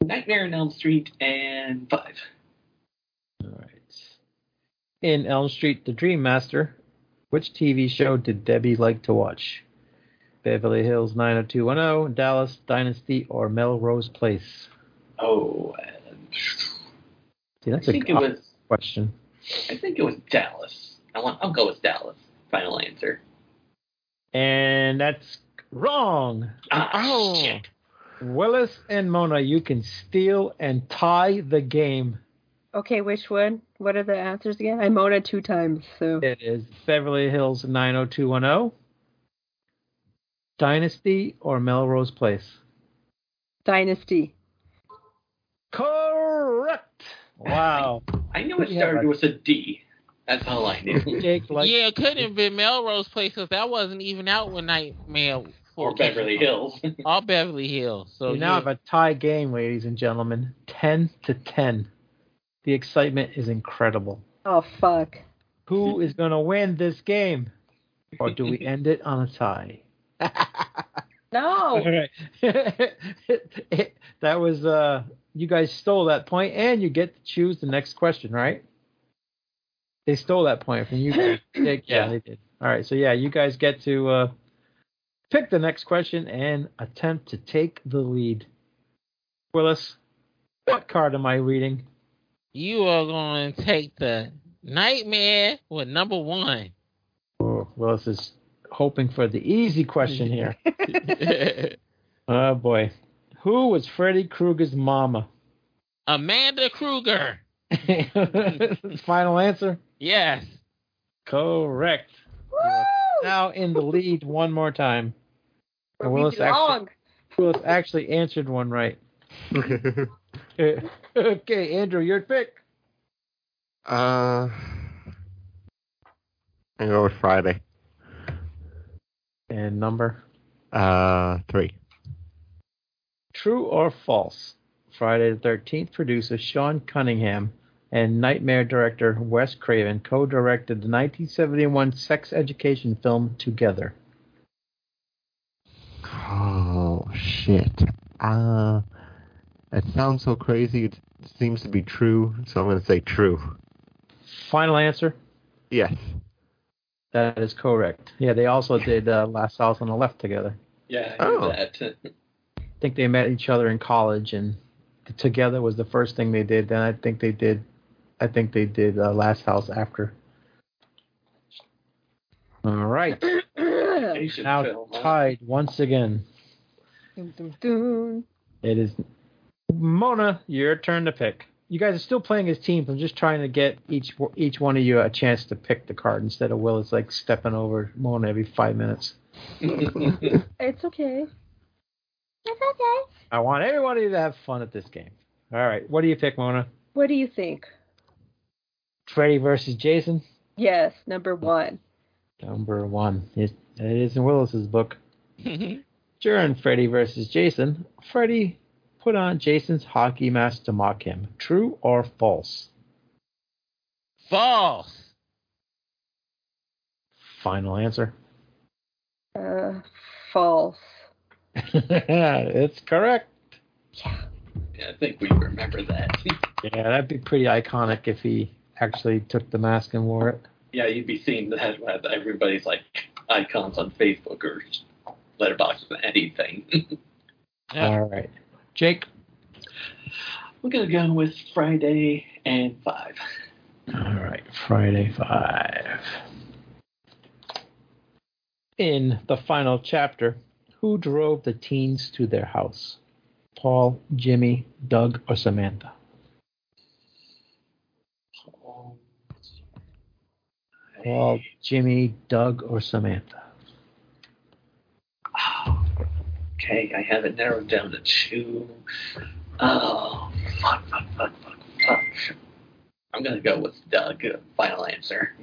S5: Nightmare on Elm Street and five.
S1: All right. In Elm Street, The Dream Master, which TV show did Debbie like to watch? Beverly Hills 90210, Dallas Dynasty, or Melrose Place?
S5: Oh, and
S1: See,
S5: I
S1: that's a
S5: think it
S1: good
S5: was.
S1: question.
S5: I think it was Dallas. I want. I'll go with Dallas. Final answer.
S1: And that's wrong.
S5: Ah,
S4: Oh.
S5: shit.
S1: Willis and Mona, you can steal and tie the game.
S3: Okay, which one? What are the answers again? I mowed it two times, so
S1: It is Beverly Hills 90210, Dynasty, or Melrose Place?
S3: Dynasty.
S1: Correct. Wow.
S5: I knew it
S1: Yeah.
S5: started with a D. That's all I knew.
S1: Jake likes
S4: yeah, it couldn't have been Melrose Place because that wasn't even out when Nightmare
S5: or Beverly Hills.
S4: Or Beverly Hills. So
S1: we now
S4: yeah.
S1: have a tie game, ladies and gentlemen. Ten to ten. The excitement is incredible.
S3: Oh fuck.
S1: Who is going to win this game, or do we end it on a tie? All
S3: No.
S1: right. that was uh, you guys stole that point, and you get to choose the next question, right? They stole that point from you guys. Jake.
S5: Yeah.
S1: they did. All right, so yeah, you guys get to uh, pick the next question and attempt to take the lead. Willis, what card am I reading?
S4: you are going to take the Nightmare with number one.
S1: Oh, Willis is hoping for the easy question here. Oh boy, who was Freddy Krueger's mama?
S4: Amanda Kruger.
S1: Final answer.
S4: Yes.
S1: Correct.
S3: Woo!
S1: Now in the lead one more time. And Willis actually,
S3: Long.
S1: Willis actually answered one right. okay, Andrew, your pick.
S2: uh, I go with Friday.
S1: And number.
S2: Uh, three.
S1: True or false? Friday the 13th producer Sean Cunningham and Nightmare director Wes Craven co directed the 1971 sex education film Together.
S2: Oh shit. Uh, it sounds so crazy. It seems to be true, so I'm going to say true.
S1: Final answer.
S2: Yes.
S1: That is correct. Yeah, they also did uh, Last House on the Left together.
S5: Yeah, I knew
S2: Oh.
S5: that.
S1: I think they met each other in college, and together was the first thing they did. Then I think they did, I think they did uh, Last House after. All right,
S5: Asian
S1: now
S5: film, huh?
S1: tied once again.
S3: Dun, dun, dun.
S1: It is Mona. Your turn to pick. You guys are still playing as teams. I'm just trying to get each each one of you a chance to pick the card instead of Will is like stepping over Mona every five minutes.
S3: It's okay.
S7: It's okay.
S1: I want everyone of you to have fun at this game. All right, what do you pick, Mona?
S3: What do you think?
S1: Freddy versus Jason.
S3: Yes, number one.
S1: Number one. It, it is in Willis's book. During Freddy versus Jason, Freddy put on Jason's hockey mask to mock him. True or false?
S4: False.
S1: Final answer.
S3: Uh, false.
S1: it's correct.
S5: yeah, I think we remember that.
S1: Yeah, that'd be pretty iconic if he actually took the mask and wore it.
S5: yeah, you'd be seeing that with everybody's like icons on Facebook or Letterboxd or anything.
S4: Yeah.
S1: All right. Jake,
S5: We're gonna go with Friday and five.
S1: All right, Friday 5. In the final chapter, who drove the teens to their house? Paul, Jimmy, Doug, or Samantha? Paul, Jimmy, Doug, or Samantha?
S5: Okay, I have it narrowed down to two. Oh, fuck, fuck, fuck, fuck, fuck. I'm gonna go with Doug. Final answer.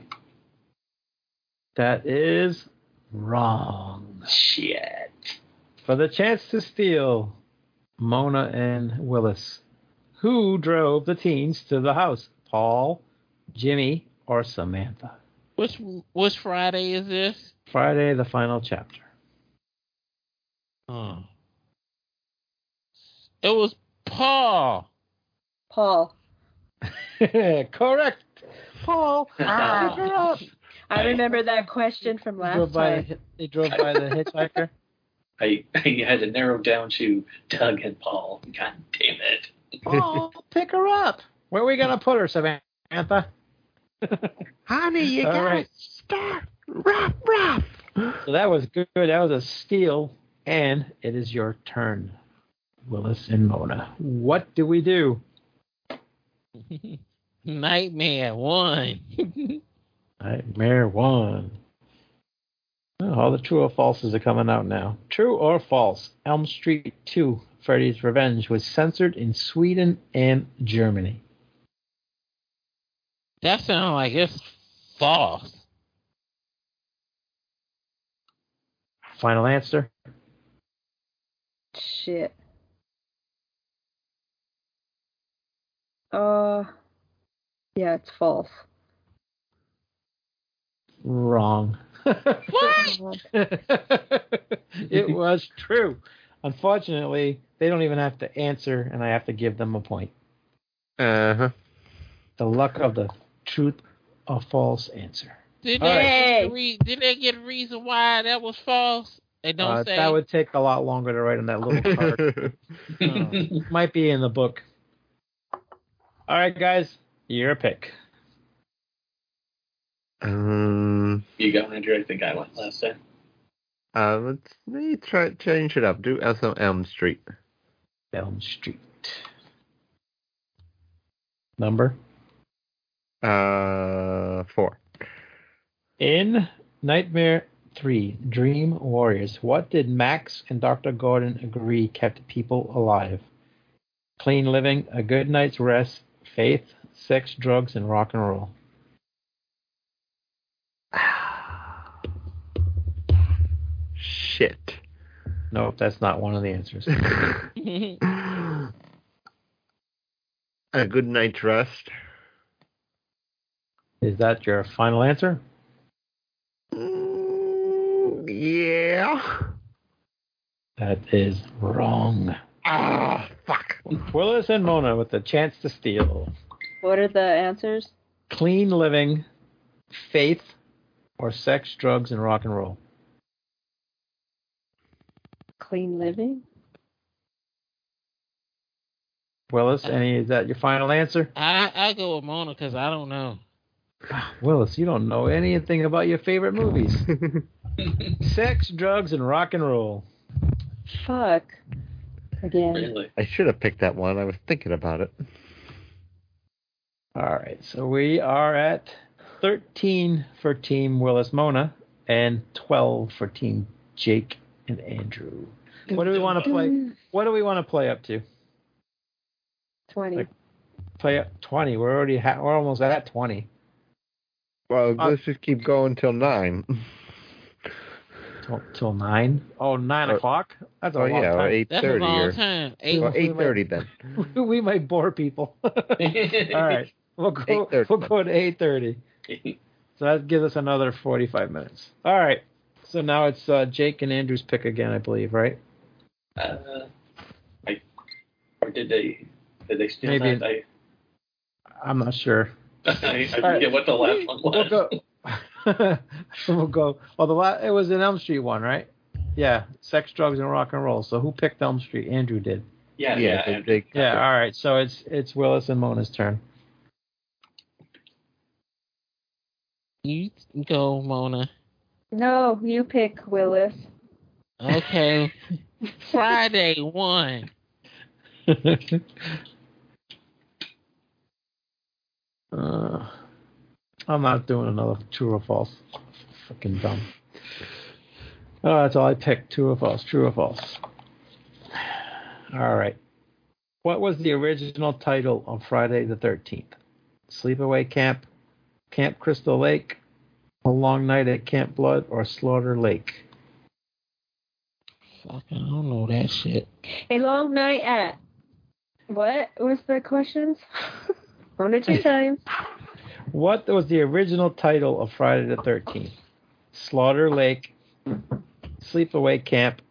S1: That is wrong.
S5: Shit.
S1: For the chance to steal, Mona and Willis. Who drove the teens to the house? Paul, Jimmy, or Samantha?
S4: Which which Friday is this?
S1: Friday, the final chapter.
S4: Oh. It was Paul.
S3: Paul.
S1: Correct. Paul,
S5: Ah.
S1: pick her up.
S3: I remember that question from
S1: Drove
S3: last
S1: by the,
S3: time.
S1: hi- they drove by the hitchhiker.
S5: I, I had it narrowed down to Doug and Paul. God damn it.
S1: Paul, pick her up. Where are we going to put her, Samantha?
S2: Honey, you
S1: All
S2: gotta
S1: right.
S2: start rough, rough.
S1: So that was good. That was a steal. And it is your turn, Willis and Mona. What do we do?
S4: Nightmare one.
S1: Nightmare one. Oh, all the true or falses are coming out now. True or false? Elm Street 2, Freddy's Revenge, was censored in Sweden and Germany.
S4: that sounds like it's false.
S1: Final answer?
S3: Shit. Uh, yeah, it's false.
S1: Wrong.
S3: What?
S1: it was true. Unfortunately, they don't even have to answer, and I have to give them a point.
S2: Uh huh.
S1: The luck of the truth or false answer.
S4: Did
S1: All
S4: they,
S3: right.
S4: get a re- did they get a reason why that was false? They don't
S1: Uh,
S4: say.
S1: That would take a lot longer to write on that little card. Oh, might be in the book. All right, guys, your pick.
S2: um,
S5: you go, Andrew. I think I went last time.
S2: uh, let's maybe try change it up. Do some Elm Street.
S1: Elm Street. Number
S2: Uh, four.
S1: in Nightmare Three: Dream Warriors. What did Max and Doctor Gordon agree kept people alive? Clean living, a good night's rest, faith, sex, drugs, and rock and roll.
S2: Shit.
S1: Nope, that's not one of the answers.
S2: a good night's rest.
S1: Is that your final answer?
S2: Mm, yeah.
S1: That is wrong.
S2: Ah, fuck.
S1: Willis and Mona with the chance to steal.
S3: What are the answers?
S1: Clean living, faith, or sex, drugs, and rock and roll.
S3: Clean living? Uh,
S1: Willis, any is that your final answer?
S4: I I go with Mona because I don't know.
S1: Willis, you don't know anything about your favorite movies. sex, drugs, and rock and roll.
S3: Fuck. Again.
S5: Really?
S2: I should have picked that one. I was thinking about it.
S1: All right, so we are at 13 for Team Willis Mona and 12 for Team Jake and Andrew. What do we want to play? What do we want to play up to?
S3: 20.
S1: Like- Play up 20. We're already ha- we're almost at 20.
S2: Well,
S1: Uh,
S2: let's just keep going till nine.
S1: Till, till 9. Oh, 9
S2: Uh,
S1: o'clock? That's a
S2: Oh
S1: long
S2: yeah, or
S1: time.
S2: eight
S4: That's a
S2: thirty
S4: long
S2: or
S4: time. Eight,
S2: well, eight thirty then.
S1: we might bore people. All right. We'll go,
S2: 8:30.
S1: we'll go to 8.30. So that gives us another 45 minutes. All right. So now it's uh, Jake and Andrew's pick again, I believe, right?
S5: Uh, I, or did they? Did they steal
S1: Maybe
S5: that? I,
S1: I'm not sure.
S5: I, I
S1: Alright.
S5: forget what the last one
S1: We'll
S5: was.
S1: go. we'll go. Well, the la- it was an Elm Street one, right? Yeah, sex, drugs, and rock and roll. So who picked Elm Street? Andrew did.
S5: Yeah,
S2: yeah,
S5: yeah.
S2: so
S5: and-
S2: Jake-
S1: Yeah. All right. So it's it's Willis and Mona's turn.
S4: You go, Mona.
S3: No, you pick Willis.
S4: Okay. Friday one.
S1: uh, I'm not doing another true or false. Fucking dumb. Oh, that's all I picked. True or false. True or false. All right. What was the original title on Friday the 13th? Sleepaway Camp, Camp Crystal Lake, A Long Night at Camp Blood, or Slaughter Lake?
S4: Fuck, I don't know that shit.
S3: A long night at. What was the questions? One or two times.
S1: What was the original title of Friday the 13th? Slaughter Lake, Sleepaway Camp,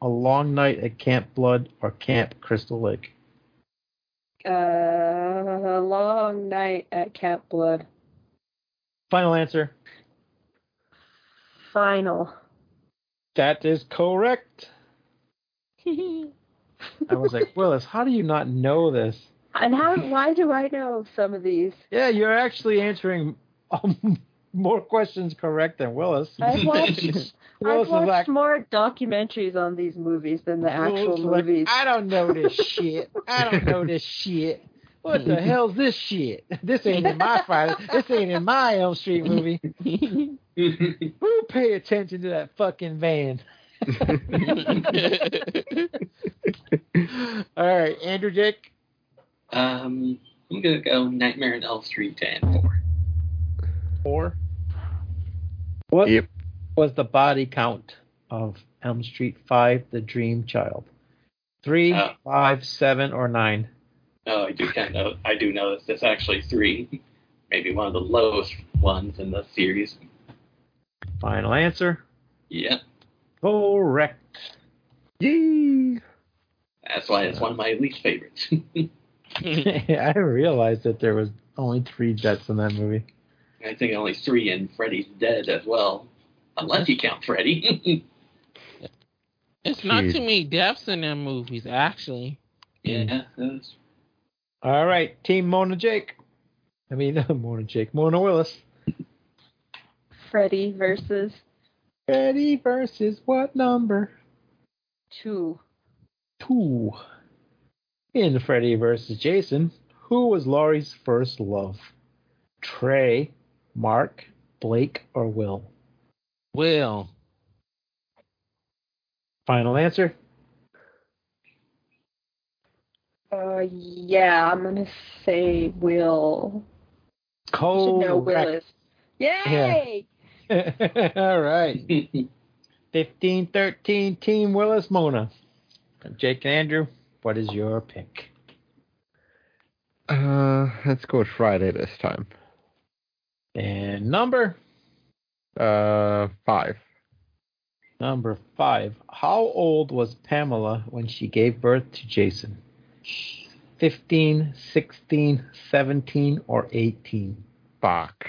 S1: A Long Night at Camp Blood, or Camp Crystal Lake?
S3: Uh, a long night at Camp Blood.
S1: Final answer.
S3: Final.
S1: That is correct. I was like, Willis, how do you not know this?
S3: And how? Why do I know some of these?
S1: Yeah, you're actually answering um, more questions correct than Willis.
S3: I've watched.
S1: Willis
S3: I've
S1: is
S3: watched
S1: like,
S3: more documentaries on these movies than the actual
S1: Willis is like,
S3: movies.
S1: I don't know this shit. I don't know this shit. What the hell's this shit? This ain't in my Friday. This ain't in my Elm Street movie. Who pay attention to that fucking van? All right, Andrew Dick.
S5: um, I'm gonna go Nightmare on Elm Street and four.
S1: Four. What
S2: Yep.
S1: was the body count of Elm Street Five: The Dream Child? Three,
S5: Oh.
S1: five, seven, or nine?
S5: Oh, I do kind of. I do notice it's actually three, maybe one of the lowest ones in the series.
S1: Final answer.
S5: Yeah,
S1: Correct.
S2: Yee.
S5: that's why it's one of my least favorites.
S1: I realized that there was only three deaths in that movie.
S5: I think only three in Freddy's Dead as well, unless you count Freddy.
S4: it's not
S2: Jeez.
S4: too many deaths in them movies, actually.
S5: yeah, that's-
S1: All right, Team Mona Jake. I mean, Mona Jake, Mona Willis.
S3: Freddy versus
S1: Freddy versus what number?
S3: two.
S1: Two. In Freddy versus Jason, who was Laurie's first love? Trey, Mark, Blake, or Will?
S4: Will.
S1: Final answer.
S3: Uh, yeah, I'm gonna say Will. You should know
S1: Oh,
S3: Willis. Yay!
S1: All right. 15 13, Team Willis Mona. Jake and Andrew, what is your pick?
S2: Uh, let's go with Friday this time.
S1: And number?
S2: Uh, five.
S1: Number five. How old was Pamela when she gave birth to Jason? 15, 16, 17, or 18?
S2: Fuck.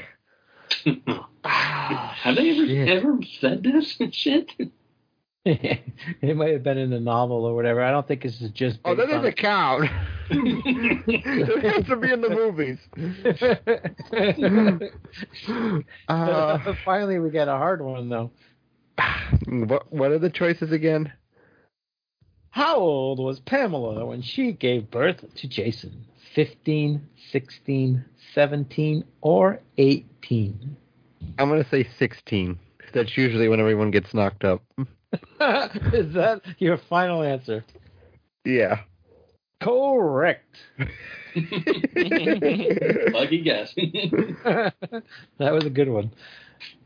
S5: Have they ever,
S2: Shit.
S5: ever said this and shit?
S1: it might have been in a novel or whatever. I don't think this is just.
S2: Oh, that
S1: based on-
S2: doesn't count. it has to be in the movies. Uh,
S1: Finally, we get a hard one, though.
S2: what what are the choices again?
S1: How old was Pamela when she gave birth to Jason? 15, 16, 17, or 18?
S2: I'm gonna say 16. That's usually when everyone gets knocked up.
S1: Is that your final answer?
S2: Yeah.
S1: Correct.
S5: Lucky guess.
S1: that was a good one.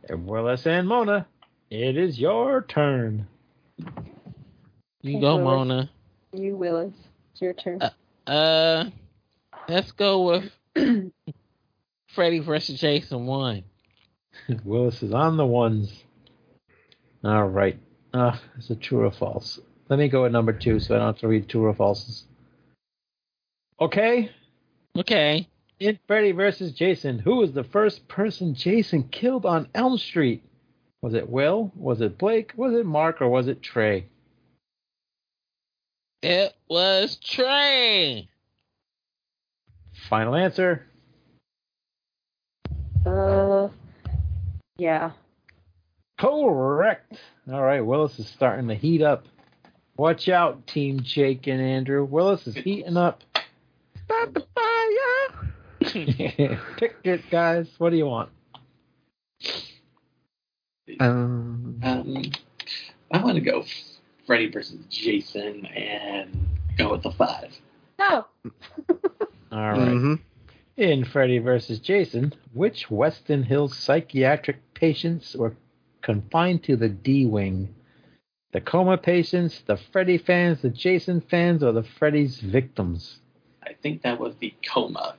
S1: Willis and Mona, it is your turn.
S4: You go,
S3: Willis.
S4: Mona.
S3: You, Willis. It's your turn.
S4: Uh, Uh, let's go with Freddy versus Jason one.
S1: Willis is on the ones. All right. Uh, it's a true or false. Let me go with number two so I don't have to read true or falses. Okay.
S4: Okay.
S1: In Freddy versus Jason, who was the first person Jason killed on Elm Street? Was it Will? Was it Blake? Was it Mark? Or was it Trey?
S4: It was Trey.
S1: Final answer.
S3: Uh, yeah.
S1: Correct. All right, Willis is starting to heat up. Watch out, Team Jake and Andrew. Willis is heating up.
S2: Start the fire.
S1: Pick it, guys. What do you want?
S2: Um,
S5: um, I want to go Freddy versus Jason and go with the five.
S3: No.
S1: All right.
S2: mhm.
S1: In Freddy vs. Jason, which Weston Hills psychiatric patients were confined to the D Wing? The coma patients, the Freddy fans, the Jason fans, or the Freddy's victims?
S5: I think that was the coma.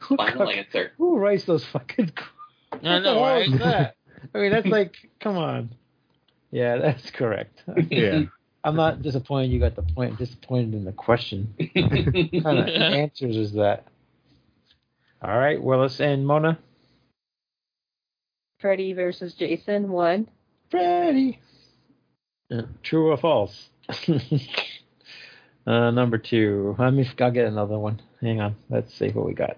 S1: Who,
S5: Final
S1: co-
S5: answer.
S1: who writes those fucking
S4: I
S1: What the
S4: know,
S1: hell
S4: right?
S1: is that? I mean, that's like, come on. Yeah, that's correct.
S2: Yeah.
S1: I'm not disappointed you got the point. I'm disappointed in the question. What kind of answers is that? All right, Willis and Mona.
S3: Freddy versus Jason one.
S1: Freddy. Uh, true or false? uh, number two. Let me. I'll get another one. Hang on. Let's see what we got.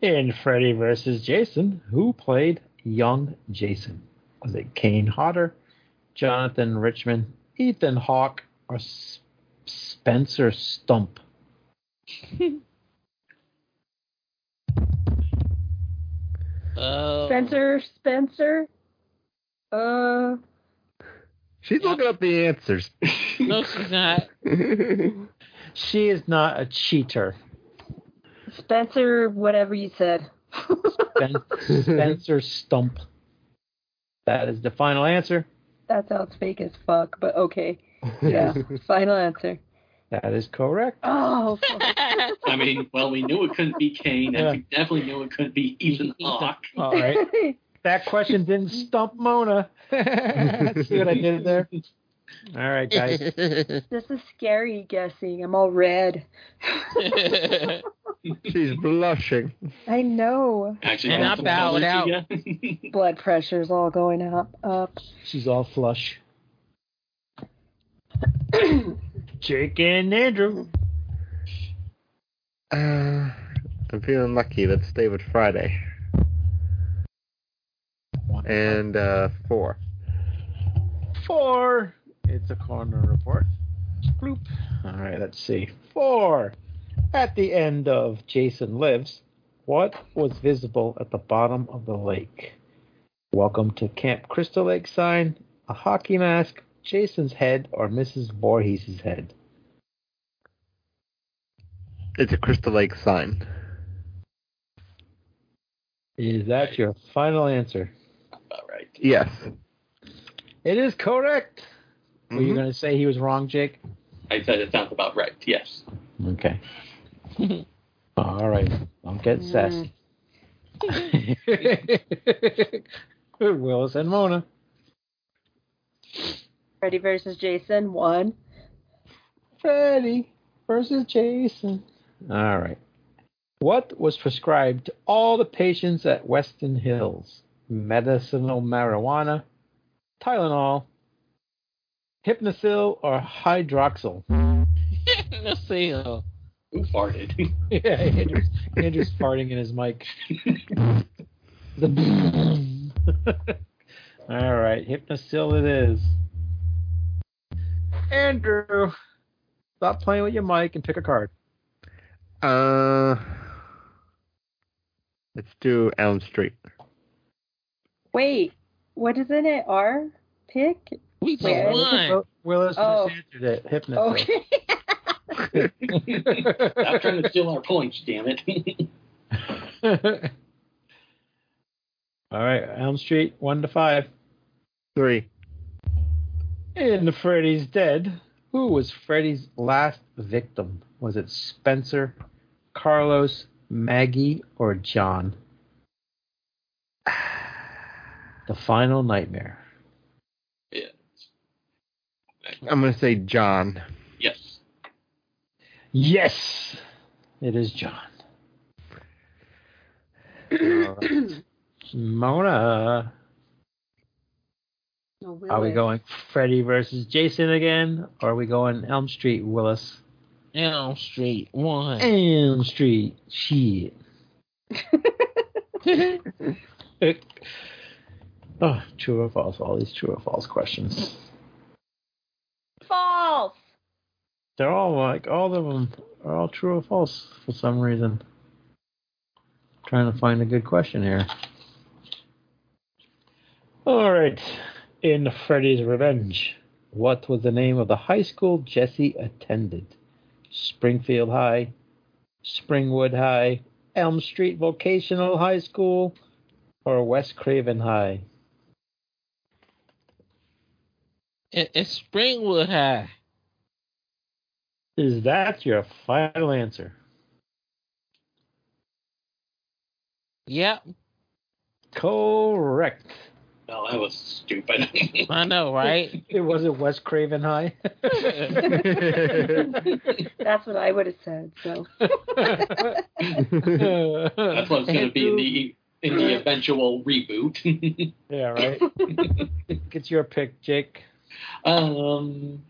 S1: In Freddy versus Jason, who played young Jason? Was it Kane Hodder, Jonathan Richmond, Ethan Hawke, or S- Spencer Stump?
S4: Oh.
S3: Spencer. Spencer. Uh,
S2: She's looking up the answers.
S4: No, she's not.
S1: She is not a cheater.
S3: Spencer. Whatever you said.
S1: Ben, Spencer Stump. That is the final answer.
S3: that sounds fake as fuck, but okay. Yeah. Final answer.
S1: That is correct.
S3: Oh. fuck.
S5: I mean, well, we knew it couldn't be Kane, and
S1: Yeah.
S5: we definitely knew it couldn't be Ethan Hawke.
S1: All right. That question didn't stump Mona. See what I did there? All right, guys.
S3: this is scary guessing. I'm all red.
S2: She's blushing.
S3: I know.
S5: Actually,
S4: And
S5: got
S4: I
S5: some
S4: bowed
S5: colors here.
S3: Blood pressure's all going up. Up.
S1: She's all flush. Jake and Andrew.
S2: Uh, I'm feeling lucky. Let's stay with Friday. And uh, four.
S1: Four. It's a coroner report. Bloop. All right, let's see. Four. At the end of Jason Lives, what was visible at the bottom of the lake? Welcome to Camp Crystal Lake sign, a hockey mask, Jason's head, or Mrs. Voorhees' head?
S2: It's a Crystal Lake sign.
S1: Is that your final answer?
S5: All right.
S2: Yes.
S1: It is correct. Were you
S2: Mhm.
S1: going to say he was wrong, Jake?
S5: I said it sounds about right. Yes.
S1: Okay. All right. Don't get sassy. Willis and Mona.
S3: Freddy versus Jason one.
S1: Freddy versus Jason. All right. What was prescribed to all the patients at Weston Hills? Medicinal marijuana, Tylenol, Hypnosil, or Hydroxyl?
S4: Let's see. uh,
S5: Who farted?
S1: yeah, Andrew's, Andrew's farting in his mic. The All right, Hypnosil it is. Andrew, stop playing with your mic and pick a card.
S2: Uh, let's do Elm Street.
S3: Wait, what is in it? R pick?
S4: We just
S3: Wait, I
S4: won.
S1: Will- Willis
S3: Oh.
S1: answered it. Hypnosil.
S3: Okay.
S5: Stop trying to steal our points, damn it.
S1: All right, Elm Street, one to five.
S2: Three.
S1: In the Freddy's Dead, who was Freddy's last victim? Was it Spencer, Carlos, Maggie, or John? The final nightmare.
S5: yeah.
S2: I'm gonna say John.
S5: Yes.
S1: Yes, it is John.
S2: Uh,
S1: Mona,
S3: No,
S1: are we
S3: Willis.
S1: going Freddy versus Jason again, or are we going Elm Street, Willis?
S4: Elm Street one.
S1: Elm Street. Shit. oh, true or false? All these true or false questions.
S3: False.
S1: They're all like all of them are all true or false for some reason. Trying to find a good question here. All right. In Freddy's Revenge, what was the name of the high school Jesse attended? Springfield High, Springwood High, Elm Street Vocational High School, or West Craven High?
S4: It, it's Springwood High.
S1: Is that your final answer?
S4: Yep,
S1: Correct.
S5: No, that was stupid.
S4: I know, right?
S1: It wasn't West Craven High.
S3: That's what I would have said. So
S5: That's what's going to be in the in the eventual reboot.
S1: yeah, right. It's your pick, Jake.
S5: um,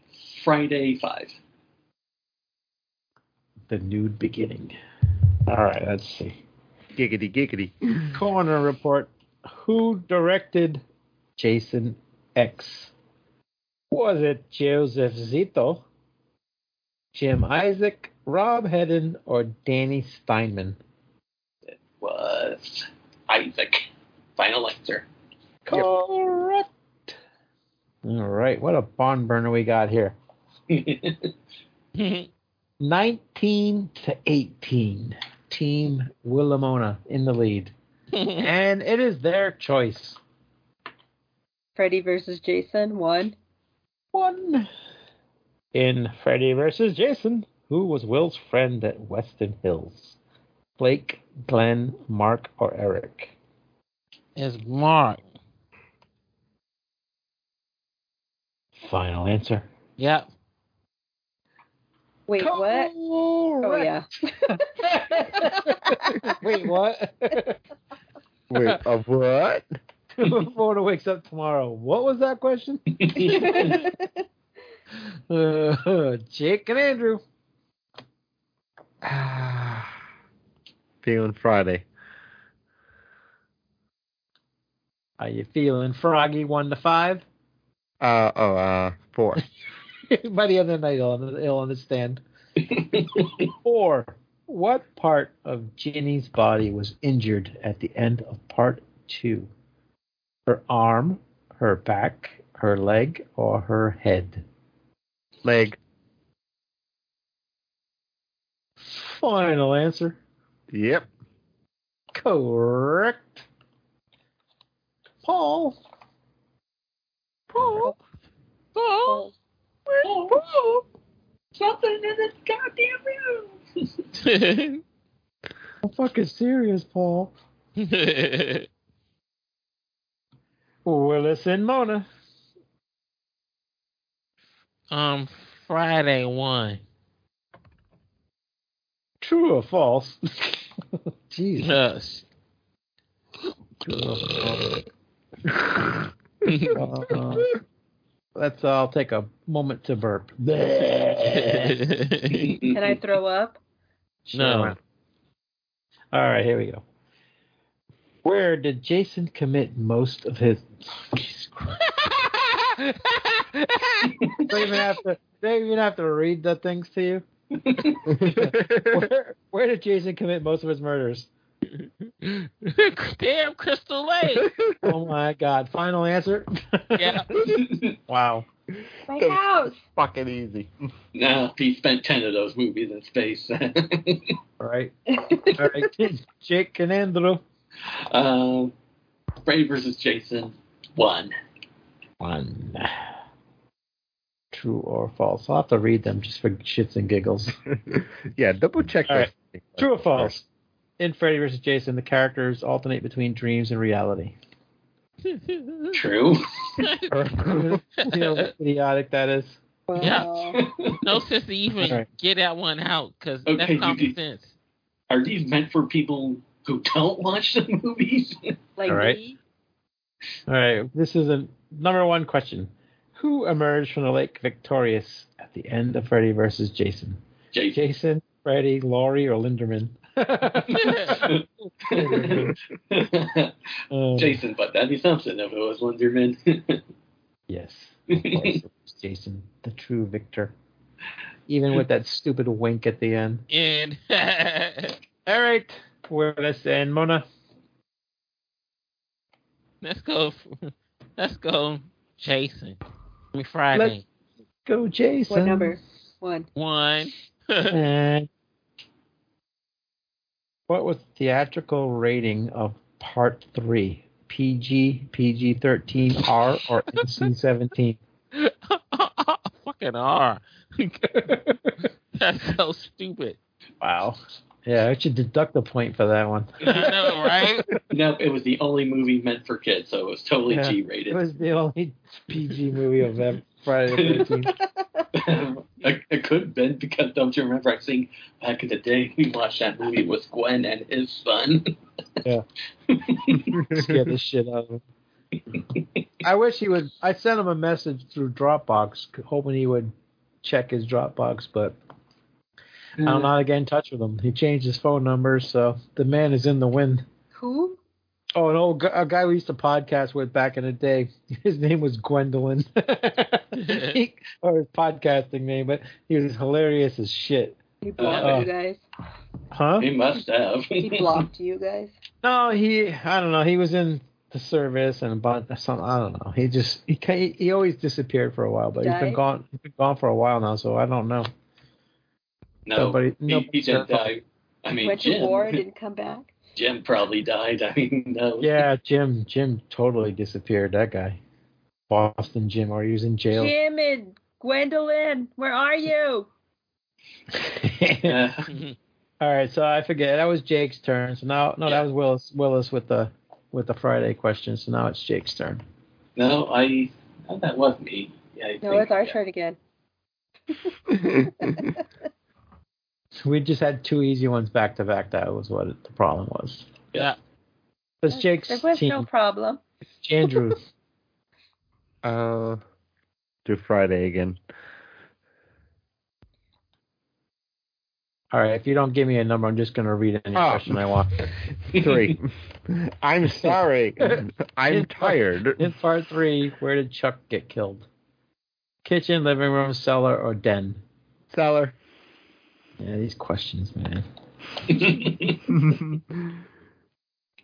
S5: Friday five.
S1: The nude beginning. All right, let's see.
S2: giggity giggity.
S1: Corner report. Who directed Jason X? Was it Joseph Zito, Jim Isaac, Rob Hedden, or Danny Steinman?
S5: was Isaac. Final answer.
S1: Correct. All right, what a barn burner we got here.
S4: That's
S1: 19 to 18. Team Willamona in the lead. And it is their choice.
S3: Freddy versus Jason one.
S1: One. In Freddy versus Jason, who was Will's friend at Weston Hills? Blake, Glenn, Mark, or Eric?
S4: Mark.
S1: Final answer.
S4: Yep.
S3: Wait, what? Oh yeah.
S1: Wait, what?
S2: Wait, a what?
S1: Mona wakes up tomorrow. What was that question? Uh, Jake and Andrew. Ah.
S2: Feeling Friday.
S1: Are you feeling froggy? One to five.
S2: Uh oh. Uh four.
S1: By the end of the night, he'll, he'll understand. Or what part of Ginny's body was injured at the end of part two? Her arm, her back, her leg, or her head?
S2: Leg.
S1: Final answer.
S2: Yep.
S1: Correct. Paul. Paul.
S4: Oh.
S6: Something in this goddamn room.
S1: I'm fucking serious, Paul. Willis and Mona.
S4: um Friday one.
S1: True or false? Jeez.
S4: Yes.
S1: Uh, let's all take a moment to burp.
S3: Did I throw up?
S4: No.
S1: All right, here we go. Where did Jason commit most of his? Jesus Christ! They even have to. They even have to read the things to you. Where, where did Jason commit most of his murders?
S4: Damn Crystal Lake.
S1: Oh my God! Final answer.
S4: Yeah.
S1: Wow.
S7: My
S2: The-
S7: house.
S2: Fucking easy.
S5: no, Uh, he spent ten of those movies in space.
S1: All right. All right. Jake and Andrew.
S5: um, Freddy versus Jason one.
S1: One. True or false? I'll have to read them just for shits and giggles.
S2: yeah, double check
S1: All
S2: this.
S1: True or false? In Freddy vs. Jason, the characters alternate between dreams and reality.
S5: True.
S1: you know how idiotic that is.
S4: Yeah. no sense to even
S1: Alright.
S4: get that one out because
S5: Okay, you
S4: that's common
S5: did-
S4: sense.
S5: Are these meant for people who don't watch the movies?
S3: Like
S1: All right.
S3: me?
S1: All right, this is a number one question. Who emerged from the lake victorious at the end of Freddy vs. Jason?
S5: Jason.
S1: Jason, Freddy, Laurie, or Linderman? Um,
S5: Jason, but that'd be something if it was Wonderman.
S1: Yes. of course it was Jason, the true victor. Even with that stupid wink at the end.
S4: and
S1: All right, where let's end, Mona.
S4: let's go. Let's go, Jason. I mean, Friday
S1: Go, Jason.
S3: What number? One.
S4: one.
S1: And Eh. what was the theatrical rating of part three? PG, PG 13, R, or NC 17?
S4: Fucking R. That's so stupid.
S1: Wow. Yeah, I should deduct a point for that one.
S4: I know, right?
S5: nope, it was the only movie meant for kids, so it was totally
S1: Yeah. It
S5: G-rated.
S1: was the only PG movie of that Friday the 13th.
S5: it, it could have been because don't you remember? I think back in the day we watched that movie with Gwen and his son.
S1: Scared the shit out of him. I wish he would. I sent him a message through Dropbox, hoping he would check his Dropbox, but I don't know how to get in touch with him. He changed his phone number, so the man is in the wind.
S3: Who?
S1: Oh, an old gu- a guy we used to podcast with back in the day. His name was Gwendolyn, He- or his podcasting name, but he was hilarious as shit.
S3: He blocked
S1: Uh,
S3: you guys.
S1: Huh?
S5: He must have.
S3: He blocked you guys.
S1: No, he. I don't know. He was in the service and about some. I don't know. He just he ca- he always disappeared for a while, but he's been
S3: Died?
S1: gone he's been gone for a while now, so I don't know.
S5: No,
S1: Nobody-
S5: he,
S1: nobody
S5: he didn't
S1: cared.
S5: die. I mean,
S3: Went to
S5: Jim.
S3: war, didn't come back.
S5: Jim probably died. I mean, no.
S1: Yeah, Jim. Jim totally disappeared. That guy, Boston Jim, or he was in jail.
S3: Jim and Gwendolyn, where are you?
S5: Yeah.
S1: All right, so I forget. That was Jake's turn. So now, no,
S5: Yeah.
S1: that was Willis. Willis with the with the Friday question. So now it's Jake's turn.
S5: no, I. No, that was me. Yeah, I
S3: No,
S5: think-
S3: it's our
S5: yeah.
S3: turn again.
S1: We just had two easy ones back to back. That was what it, the problem was.
S4: Yeah.
S1: It's Jake's
S3: There was
S1: team.
S3: no problem.
S1: Andrew.
S2: uh, do Friday again.
S1: All right, if you don't give me a number, I'm just going to read any
S2: Oh.
S1: question I want.
S2: Three. I'm sorry. I'm tired.
S1: In part three, where did Chuck get killed? Kitchen, living room, cellar, or den?
S2: Seller.
S1: Yeah, these questions, man.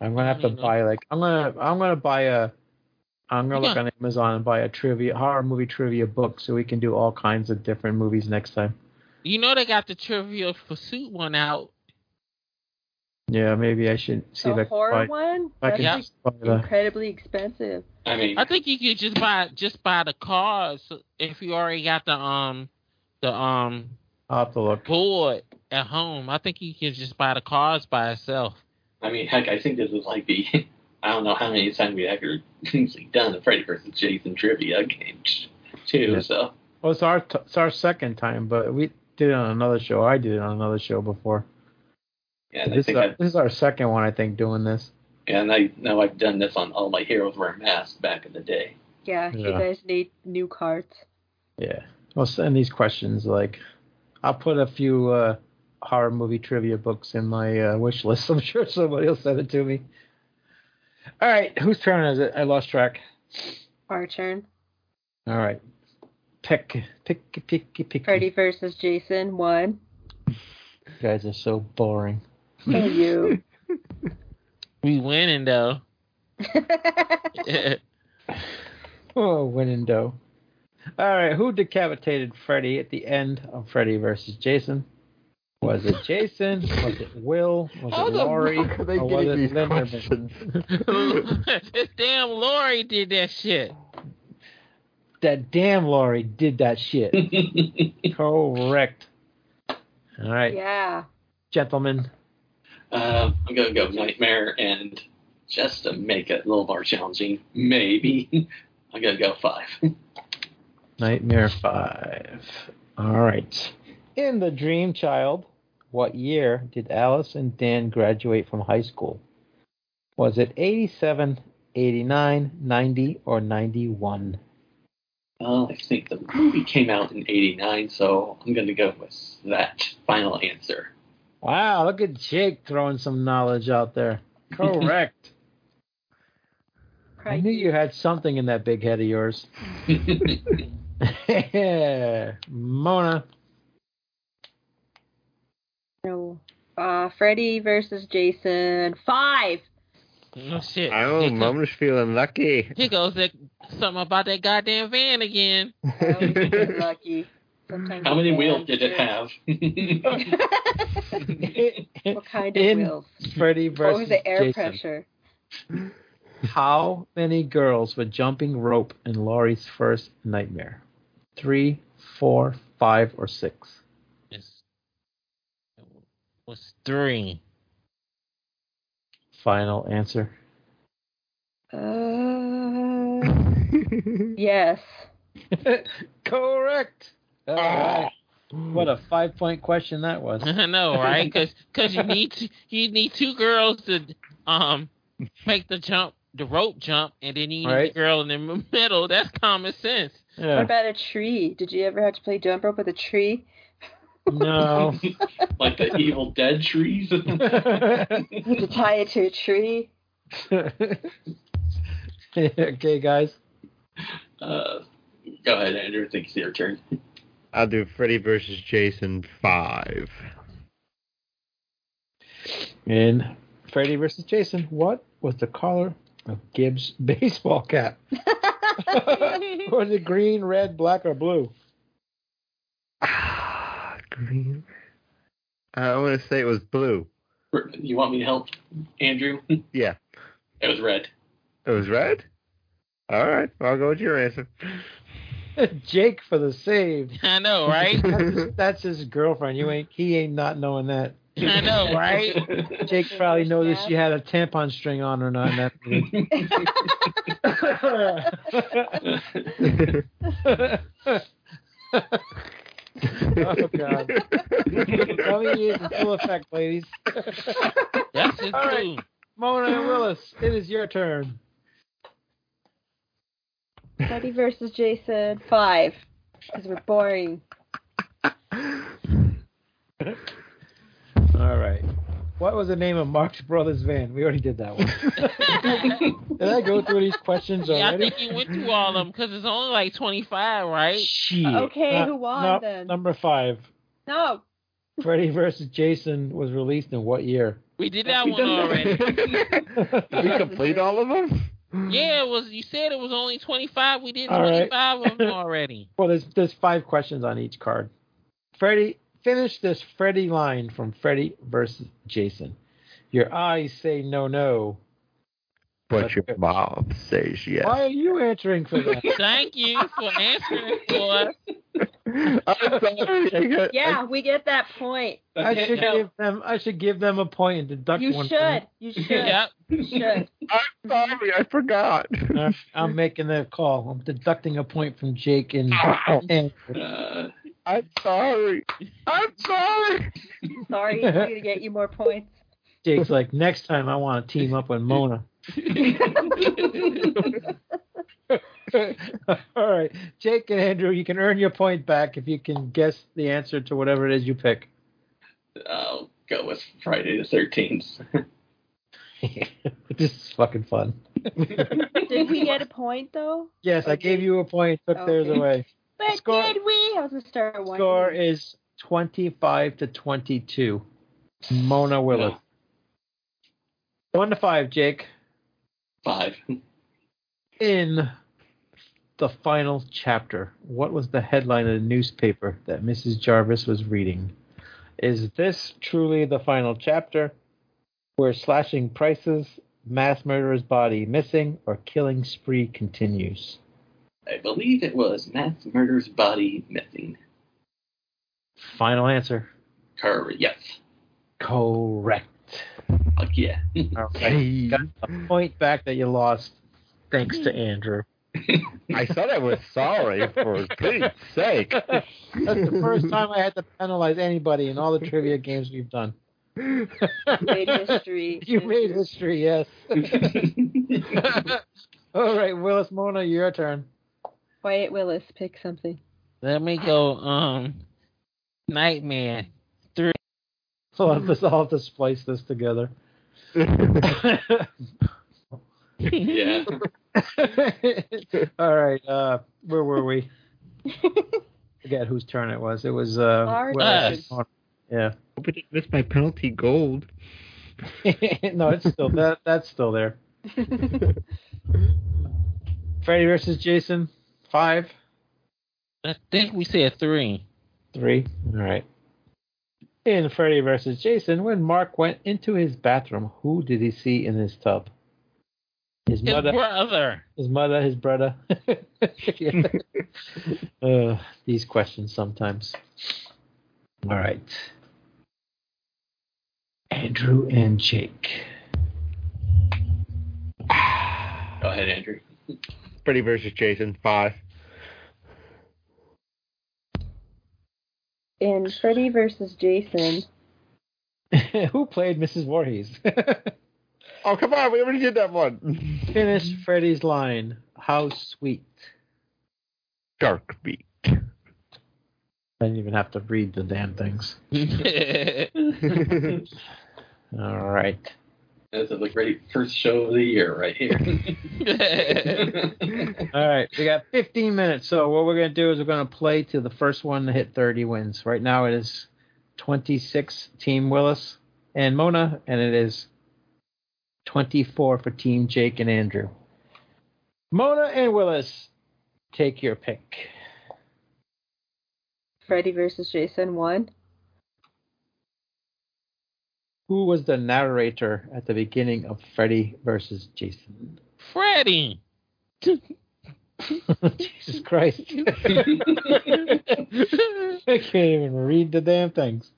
S1: I'm gonna have to
S4: I know.
S1: buy like I'm gonna I'm gonna buy a I'm gonna look
S4: Yeah.
S1: on Amazon and buy a trivia horror movie trivia book so we can do all kinds of different movies next time.
S4: you know they got the Trivial Pursuit one out.
S1: Yeah, maybe I should see if I
S3: The
S1: can
S3: horror
S1: buy,
S3: one?
S1: if I
S3: That's
S1: can
S4: Yeah.
S1: just buy the,
S3: incredibly expensive.
S5: I mean,
S4: I think you could just buy just buy the cards if you already got the um the um
S1: I'll have to look.
S4: board at home. I think you can just buy the cards by itself.
S5: I mean, heck, I think this is like the. I don't know how many times we've actually done the Freddy versus Jason trivia game, too.
S1: Yeah.
S5: So
S1: Well, it's our t- it's our second time, but we did it on another show. I did it on another show before.
S5: Yeah, and I
S1: This uh, is,
S5: think
S1: our,
S5: I,
S1: this is our second one, I think, doing this.
S5: and I know I've done this on all my heroes wear masks back in the day.
S3: Yeah, you
S1: Yeah.
S3: guys need new cards.
S1: Yeah. We'll send these questions. Like, I'll put a few uh, horror movie trivia books in my uh, wish list. I'm sure somebody will send it to me. All right, whose turn is it? I lost track.
S3: Our turn.
S1: All right, pick, pick, pick, pick.
S3: Freddy versus Jason. One.
S1: You guys are so boring.
S3: And you.
S4: We winning though.
S1: Oh, window. All right, who decapitated Freddy at the end of Freddy versus Jason? Was it Jason? was it Will? Was
S4: How
S1: it
S4: the
S1: Laurie?
S2: Fuck, are they
S1: Or was
S2: getting
S1: it
S2: these
S1: Linderman?
S2: questions?
S4: it's damn Lori did that shit.
S1: That damn Laurie did that shit. Correct. All right,
S3: yeah.
S1: gentlemen.
S5: Uh, I'm gonna go Nightmare, and just to make it a little more challenging, maybe I'm gonna go five.
S1: Nightmare 5. All right. In The Dream Child, what year did Alice and Dan graduate from high school? Was it 87, 89, 90, or 91?
S5: Well, I think the movie came out in '89, so I'm gonna go with that final answer.
S1: Wow, look at Jake throwing some knowledge out there. Correct. I knew you had something in that big head of yours. Mona.
S3: No. Uh, Freddy versus Jason. Five.
S4: No Oh, shit.
S2: I don't know. I'm just feeling lucky.
S4: Here goes that something about that goddamn van again.
S3: I always get lucky. Sometimes
S5: How many
S3: I'm
S5: wheels did it have?
S3: what kind of
S1: In-
S3: wheels?
S1: Mm-hmm. Freddie versus
S3: What was the air
S1: Jason.
S3: pressure?
S1: How many girls were jumping rope in Laurie's first nightmare? Three, four, five, or six?
S4: It's, it was three.
S1: Final answer.
S3: Uh, yes.
S1: Correct. All right. What a five point question that was.
S4: I know, right? Because you need to, you need two girls to um make the jump, the rope jump, and then you need
S1: Right.
S4: the girl in the middle. That's common sense.
S3: What
S1: Yeah.
S3: about a tree? Did you ever have to play jump rope with a tree?
S1: No.
S5: like the Evil Dead trees?
S3: You had to tie it to a tree.
S1: okay, guys.
S5: uh, go ahead, Andrew. I think it's your turn.
S2: I'll do Freddy versus Jason five.
S1: In Freddy versus Jason, what was the color of Gibbs' baseball cap? was it green, red, black, or blue?
S2: Ah, green. I want to say it was blue.
S5: You want me to help, Andrew?
S2: Yeah.
S5: It was red.
S2: It was red. All right, I'll go with your answer.
S1: Jake for the save.
S4: I know, right?
S1: That's his girlfriend. You ain't. He ain't not knowing that.
S4: I know, right?
S1: Jake probably knows if she had a tampon string on or not. in that meeting. oh God! Coming in full effect, ladies.
S4: That's just
S1: All right.
S4: two.
S1: Mona and Willis, it is your turn.
S3: Freddy versus Jason. Five. Because we're boring.
S1: All right. What was the name of Mark's brother's van? We already did that one. Did I go through these questions
S4: yeah, I
S1: already?
S4: think you went through all of them because it's only like twenty five, right?
S1: Shit.
S3: Okay,
S1: Uh,
S3: who won
S1: no,
S3: then?
S1: Number five.
S3: No.
S1: Freddy versus Jason was released in what year?
S4: We did that
S5: We
S4: one
S5: done that.
S4: already.
S2: Did we complete all of them?
S4: Yeah, it was. You said it was only twenty five. We did
S1: All right.
S4: twenty five of them already.
S1: well, there's there's five questions on each card. Freddy, finish this Freddy line from Freddy versus Jason. Your eyes say no, no.
S2: But your mom says yes.
S1: Why are you answering for that?
S4: Thank you for answering for us.
S2: I'm sorry. I got,
S3: Yeah, we get that point.
S1: I
S5: Okay,
S1: should
S5: now-
S1: give them. I should give them a point and deduct
S3: You
S1: one.
S3: should. You should.
S4: Yep.
S3: You should.
S2: I'm sorry. I forgot.
S1: From them. Uh, I'm making the call. I'm deducting a point from Jake and.
S2: Ow.
S1: and
S5: uh,
S2: I'm sorry. I'm sorry.
S3: Sorry, I'm gonna get you more points.
S1: Jake's like, next time I want to team up with Mona. All right, Jake and Andrew, you can earn your point back if you can guess the answer to whatever it is you pick.
S5: I'll go with Friday the Thirteenth.
S1: Just fucking fun.
S3: Did we get a point though?
S1: Yes, I
S3: Okay.
S1: gave you a point. Took theirs
S3: Okay.
S1: away.
S3: But
S1: Score-
S3: did we? I was a star one.
S1: Score is twenty-five to twenty-two. Mona Willis. One to five, Jake.
S5: Five.
S1: in the final chapter, what was the headline of the newspaper that Mrs. Jarvis was reading? Is this truly the final chapter? We're slashing prices, mass murderer's body missing, or killing spree continues.
S5: I believe it was Mass Murder's Body Missing.
S1: Final answer.
S5: Car, yes.
S1: Correct.
S5: Fuck yeah.
S1: All right. Got a point back that you lost, thanks to Andrew.
S2: I said I was sorry for Pete's sake.
S1: That's the first time I had to penalize anybody in all the trivia games we've done.
S3: Made history.
S1: You made history, yes. All right, Willis Mona, your turn.
S3: Wyatt Willis pick something.
S4: Let me go. Um, Nightmare. Three.
S1: So I'll just, I'll have to splice this together.
S5: yeah.
S1: All right, uh, where were we? Forget whose turn it was. It was uh,
S3: Our
S1: Willis.
S4: turn.
S1: Yeah.
S2: Hope it didn't miss my penalty gold.
S1: no, it's still that. That's still there. Freddy versus Jason. Five,
S4: I think we said three.
S1: three. All right. In Freddy versus Jason, when Mark went into his bathroom, who did he see in his tub? His
S4: His
S1: mother.
S4: brother.
S1: his mother, his brother. Yeah. uh, these questions sometimes. All right. Andrew and Jake.
S5: Go ahead, Andrew.
S2: Freddy versus Jason five.
S3: In Freddy versus Jason,
S1: Who played Mrs. Voorhees?
S2: Oh come on, we already did that one.
S1: Finish Freddy's line. How sweet.
S2: Shark beat.
S1: I didn't even have to read the damn things. All right.
S5: This is a great first show of the year right here.
S1: All right. We got 15 minutes. So, what we're going to do is we're going to play to the first one to hit 30 wins. Right now, it is 26 Team Willis and Mona, and it is 24 for Team Jake and Andrew. Mona and Willis, take your pick.
S3: Freddy versus Jason one.
S1: Who was the narrator at the beginning of Freddy versus Jason?
S4: Freddy.
S1: Jesus Christ. I can't even read the damn things.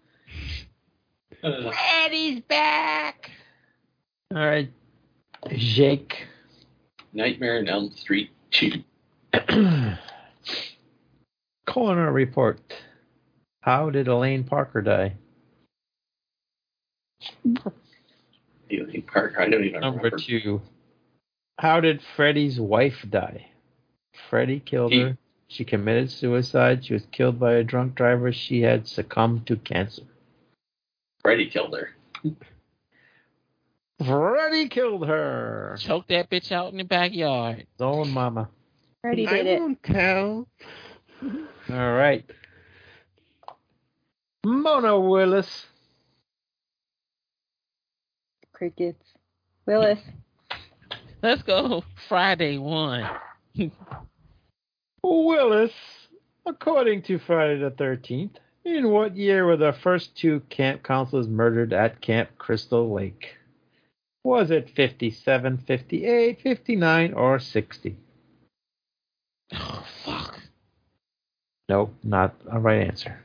S5: Uh,
S4: Freddy's back.
S1: All right. Jake.
S5: Nightmare on Elm Street 2.
S1: Coroner report. How did Elaine Parker die?
S5: Elaine Parker. I don't even
S1: Number
S5: remember.
S1: two. How did Freddie's wife die? Freddie killed her. She committed suicide. She was killed by a drunk driver. She had succumbed to cancer.
S5: Freddy killed her.
S1: Freddie killed her. His
S4: Choke that bitch out in the backyard.
S1: own mama.
S3: Freddy
S2: I
S3: did it.
S2: won't tell.
S1: All right. Mona Willis.
S3: Crickets. Willis.
S4: Let's go. Friday one.
S1: Willis, according to Friday the 13th, in what year were the first two camp counselors murdered at Camp Crystal Lake? Was it 57, 58, 59, or 60?
S4: Oh, fuck.
S1: Nope, not a right answer.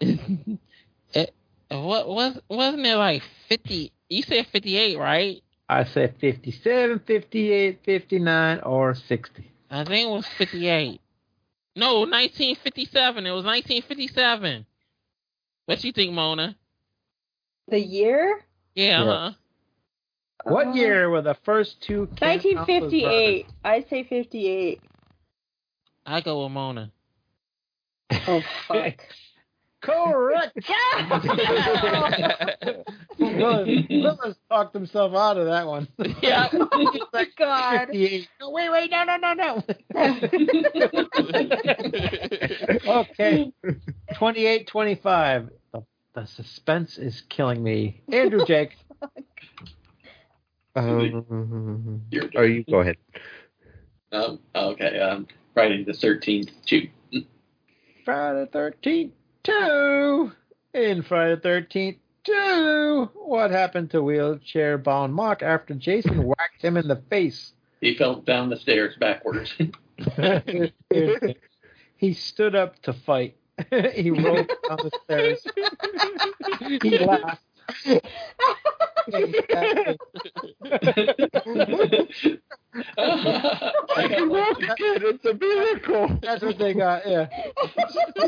S4: it, what was wasn't it like 50? You said 58, right?
S1: I said 57, 58, 59, or 60.
S4: I think it was 58. No, 1957. It was 1957. What you think, Mona?
S3: The year?
S4: Yeah, uh-uh.
S2: Yeah.
S4: huh?
S3: Uh,
S1: What year were the first two? Ken House's
S3: 1958. I say 58.
S4: I go with Mona.
S1: burgers?
S3: Oh, fuck.
S1: Correct.
S3: yeah!
S1: Lilith talked himself out of that one.
S4: yeah.
S3: oh, my God.
S1: 58. No, wait, wait, no, no, no, no. okay. 28 25. The, the suspense is killing me. Andrew Jake.
S2: Um,
S5: You're-
S2: oh, you go ahead.
S5: Um, okay, um, Friday the 13th, too.
S1: Friday the 13th 2. In Friday the 13th 2. What happened to wheelchair bound Mock after Jason whacked him in the face?
S5: He fell down the stairs backwards.
S1: he stood up to fight. he rolled down the stairs. he laughed.
S2: it's a miracle.
S1: That's what they got. Yeah,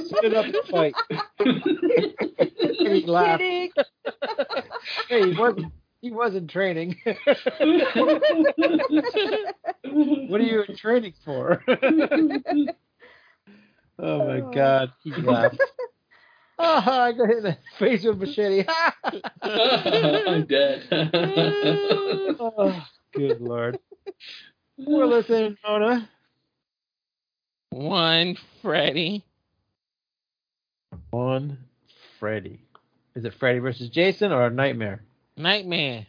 S1: stood up to fight. he laughed.
S3: Kidding.
S1: Hey, he wasn't. He wasn't training. what are you in training for? oh my God, he laughed. Oh, I got hit in the face with a machete.
S5: I'm dead.
S1: oh, good lord. We're listening, Mona.
S4: One, Freddy.
S1: On Freddy. Is it Freddy versus Jason or Nightmare?
S4: Nightmare.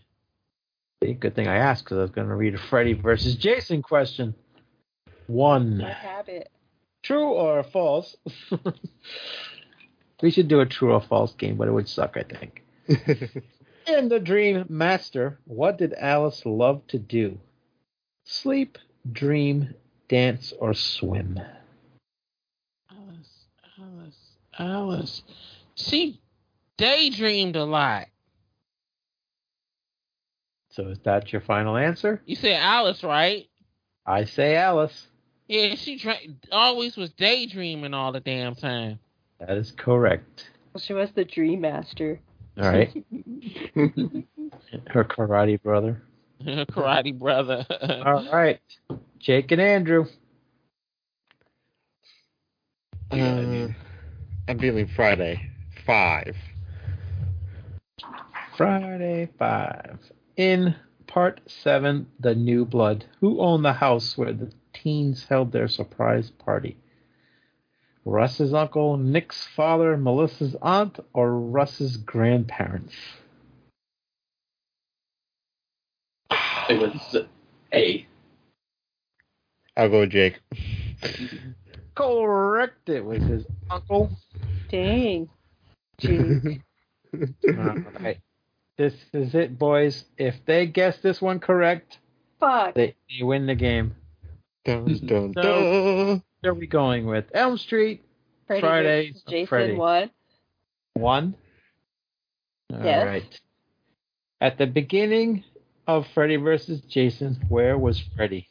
S1: See, Good thing I asked because I was going to read a Freddy versus Jason question. One.
S3: I have it.
S1: True or false? we should do a true or false game, but it would suck, I think. In the Dream Master, what did Alice love to do? Sleep, dream, dance, or swim?
S4: Alice, Alice, Alice. She daydreamed a lot.
S1: So is that your final answer?
S4: You said Alice, right?
S1: I say Alice.
S4: Yeah, she dra- always was daydreaming all the damn time.
S1: That is correct.
S3: Well, she was the dream master.
S1: All right. Her karate brother.
S4: Her karate brother.
S1: All right. Jake and Andrew.
S2: Uh, I'm feeling Friday. Five.
S1: Friday Five. In part seven, The New Blood. Who owned the house where the teens held their surprise party? Russ's uncle, Nick's father, Melissa's aunt, or Russ's grandparents?
S5: it was A.
S2: I'll go with Jake.
S1: Correct. It was his uncle.
S3: Dang. Gee.
S1: Alright. This is it, boys. If they guess this one correct,
S3: Fuck.
S1: they, they win the game.
S2: Dun, dun,
S1: So- What are we going with? Elm Street,
S3: Freddy
S1: Friday,
S3: versus Jason
S1: Freddy.
S3: won.
S1: One. All right.
S3: Yes.
S1: At the beginning of Freddy versus Jason, where was Freddy?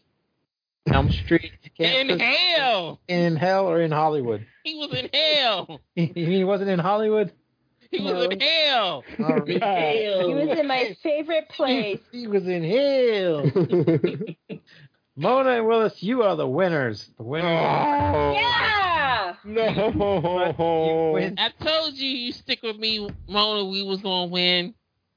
S1: Elm Street,
S4: in
S1: campus,
S4: hell.
S1: in hell, or in Hollywood?
S4: He was in hell.
S1: he wasn't in Hollywood.
S4: He was
S3: No.
S4: in hell.
S1: All right.
S3: He was in my favorite place.
S1: He was in hell.
S2: dun.
S1: Mona and Willis, you are the winners. The winners.
S2: Oh,
S3: Yeah!
S1: You
S2: No.
S1: win.
S4: I told you you stick with me, Mona. We was gonna win.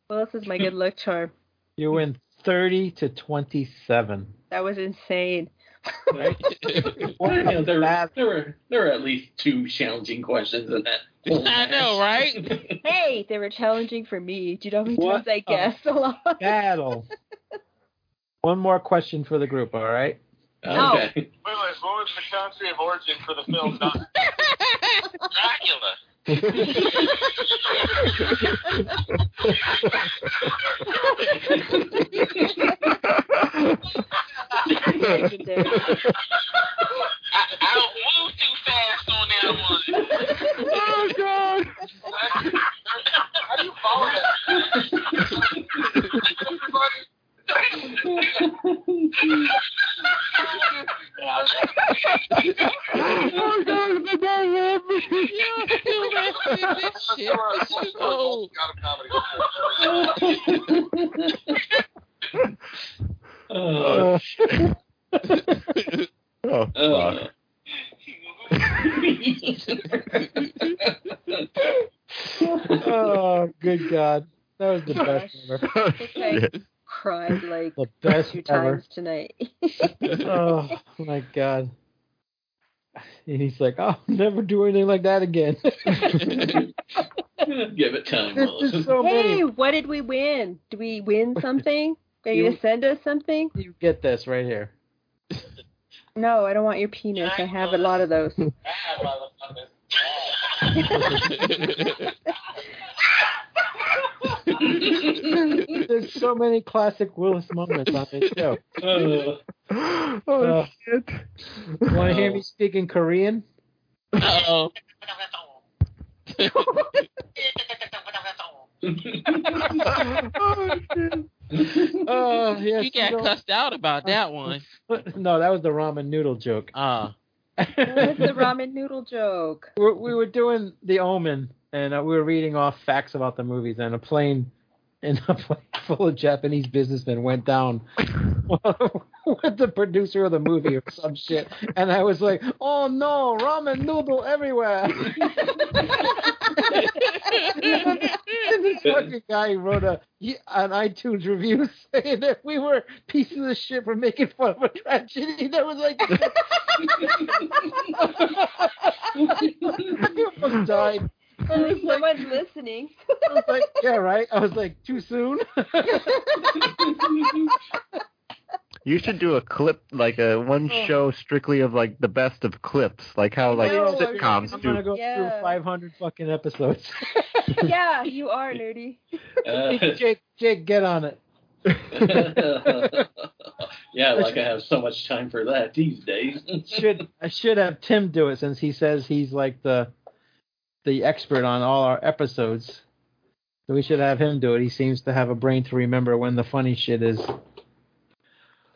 S3: Well, this is my good luck charm.
S1: You win thirty to twenty-seven.
S3: That was insane.
S1: What
S5: Yeah,
S1: a
S5: there,
S1: bad-
S5: there were there were at least two challenging questions in that. whole
S4: I know, right?
S5: match.
S3: Hey, they were challenging for me. Do you know how many
S1: What Oh.
S3: times I
S1: a-
S3: guessed a lot?
S1: battle. One more question for the group. All right.
S3: No.
S5: okay.
S8: Willis, what was the
S2: Oh,
S8: country of origin for the film Dra- Dracula?
S3: Legendary.
S8: I, I don't move too fast on that one.
S2: oh god!
S8: How do you follow
S2: Oh god! The
S4: Yo, you messed with this shit. This is old.
S5: oh,
S2: Oh shit! oh fuck!
S1: Oh, good God. That was the best
S3: Gosh.
S1: ever.
S2: Oh,
S3: It's
S2: shit.
S3: like cried like
S1: The best
S3: two
S1: ever.
S3: times tonight.
S1: Oh, my God. And he's like, I'll never do anything like that again.
S5: Give it time,
S1: This is
S5: Willis.
S1: so
S3: hey,
S1: many.
S3: what did we win? Do we win something? Are you
S1: You-
S3: gonna send us something?
S1: You get this right here.
S3: No, I don't want your penis. I have a lot of those.
S1: There's so many classic Willis moments on this show.
S5: Oh,
S2: Oh
S1: Uh,
S2: shit!
S1: You want to hear me speak in Korean?
S4: Uh oh.
S2: oh shit!
S1: Oh, yes.
S4: You got cussed out about that one.
S1: No, that was the ramen noodle joke.
S4: Uh,
S3: What's the ramen noodle joke?
S1: we're, we were doing the omen and uh, we were reading off facts about the movies and a plane and a plane full of japanese businessmen went down with the producer of the movie or some shit and i was like oh no ramen noodle everywhere and this fucking guy wrote a he- an itunes review saying that we were pieces of shit for making fun of a tragedy that was like I almost died. I was like,
S3: Someone's listening.
S1: I was like, yeah, right. I was like, too soon.
S2: You should do a clip, like a one show strictly of like the best of clips, like how like
S3: No,
S1: I'm
S2: sitcoms
S1: I'm gonna
S2: do.
S1: go through
S3: Yeah.
S1: 500 fucking episodes.
S3: yeah, you are nerdy.
S5: Uh,
S1: Jake, Jake, get on it.
S5: yeah, like I have so much time for that these days.
S1: Should I should have Tim do it since he says he's like the the expert on all our episodes. So we should have him do it. He seems to have a brain to remember when the funny shit is.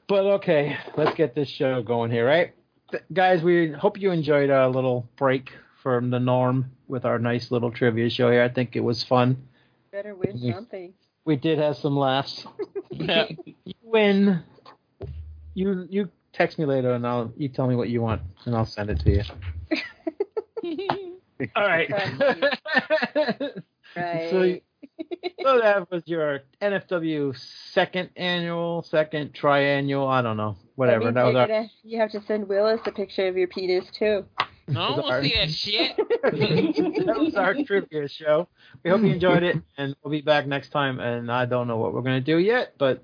S1: But okay, let's get this show going here, right? Th- guys, we hope you enjoyed our little break from the norm with our nice little trivia show here. I think it was fun.
S3: Better win
S1: Mhm.
S3: something.
S1: We did have some laughs.
S4: yeah.
S1: When you you text me later and I'll you tell me what you want and I'll send it to you. All right.
S3: Right.
S1: So- so that was your NFW second annual, second triannual, I don't know,
S3: That
S1: whatever.
S3: means
S1: That was
S3: you're
S1: our,
S3: gonna- you have to send Willis a picture of your penis too.
S4: I don't want to see that shit.
S1: that was our trivia show. We hope you enjoyed it, and we'll be back next time. And I don't know what we're gonna do yet, but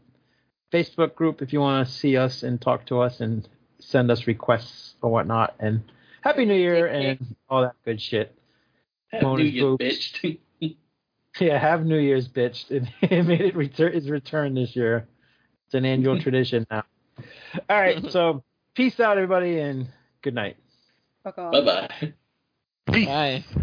S1: Facebook group if you want to see us and talk to us and send us requests or whatnot. And Happy New Year and all that good shit.
S5: Do
S1: Bonus
S5: you
S1: poop.
S5: bitched?
S1: Yeah, have New Year's, bitch. It, it made it return its return this year. It's an annual tradition now. All right, so peace out, everybody, and good night.
S3: Fuck off.
S5: Bye bye.
S2: Peace.
S4: Bye.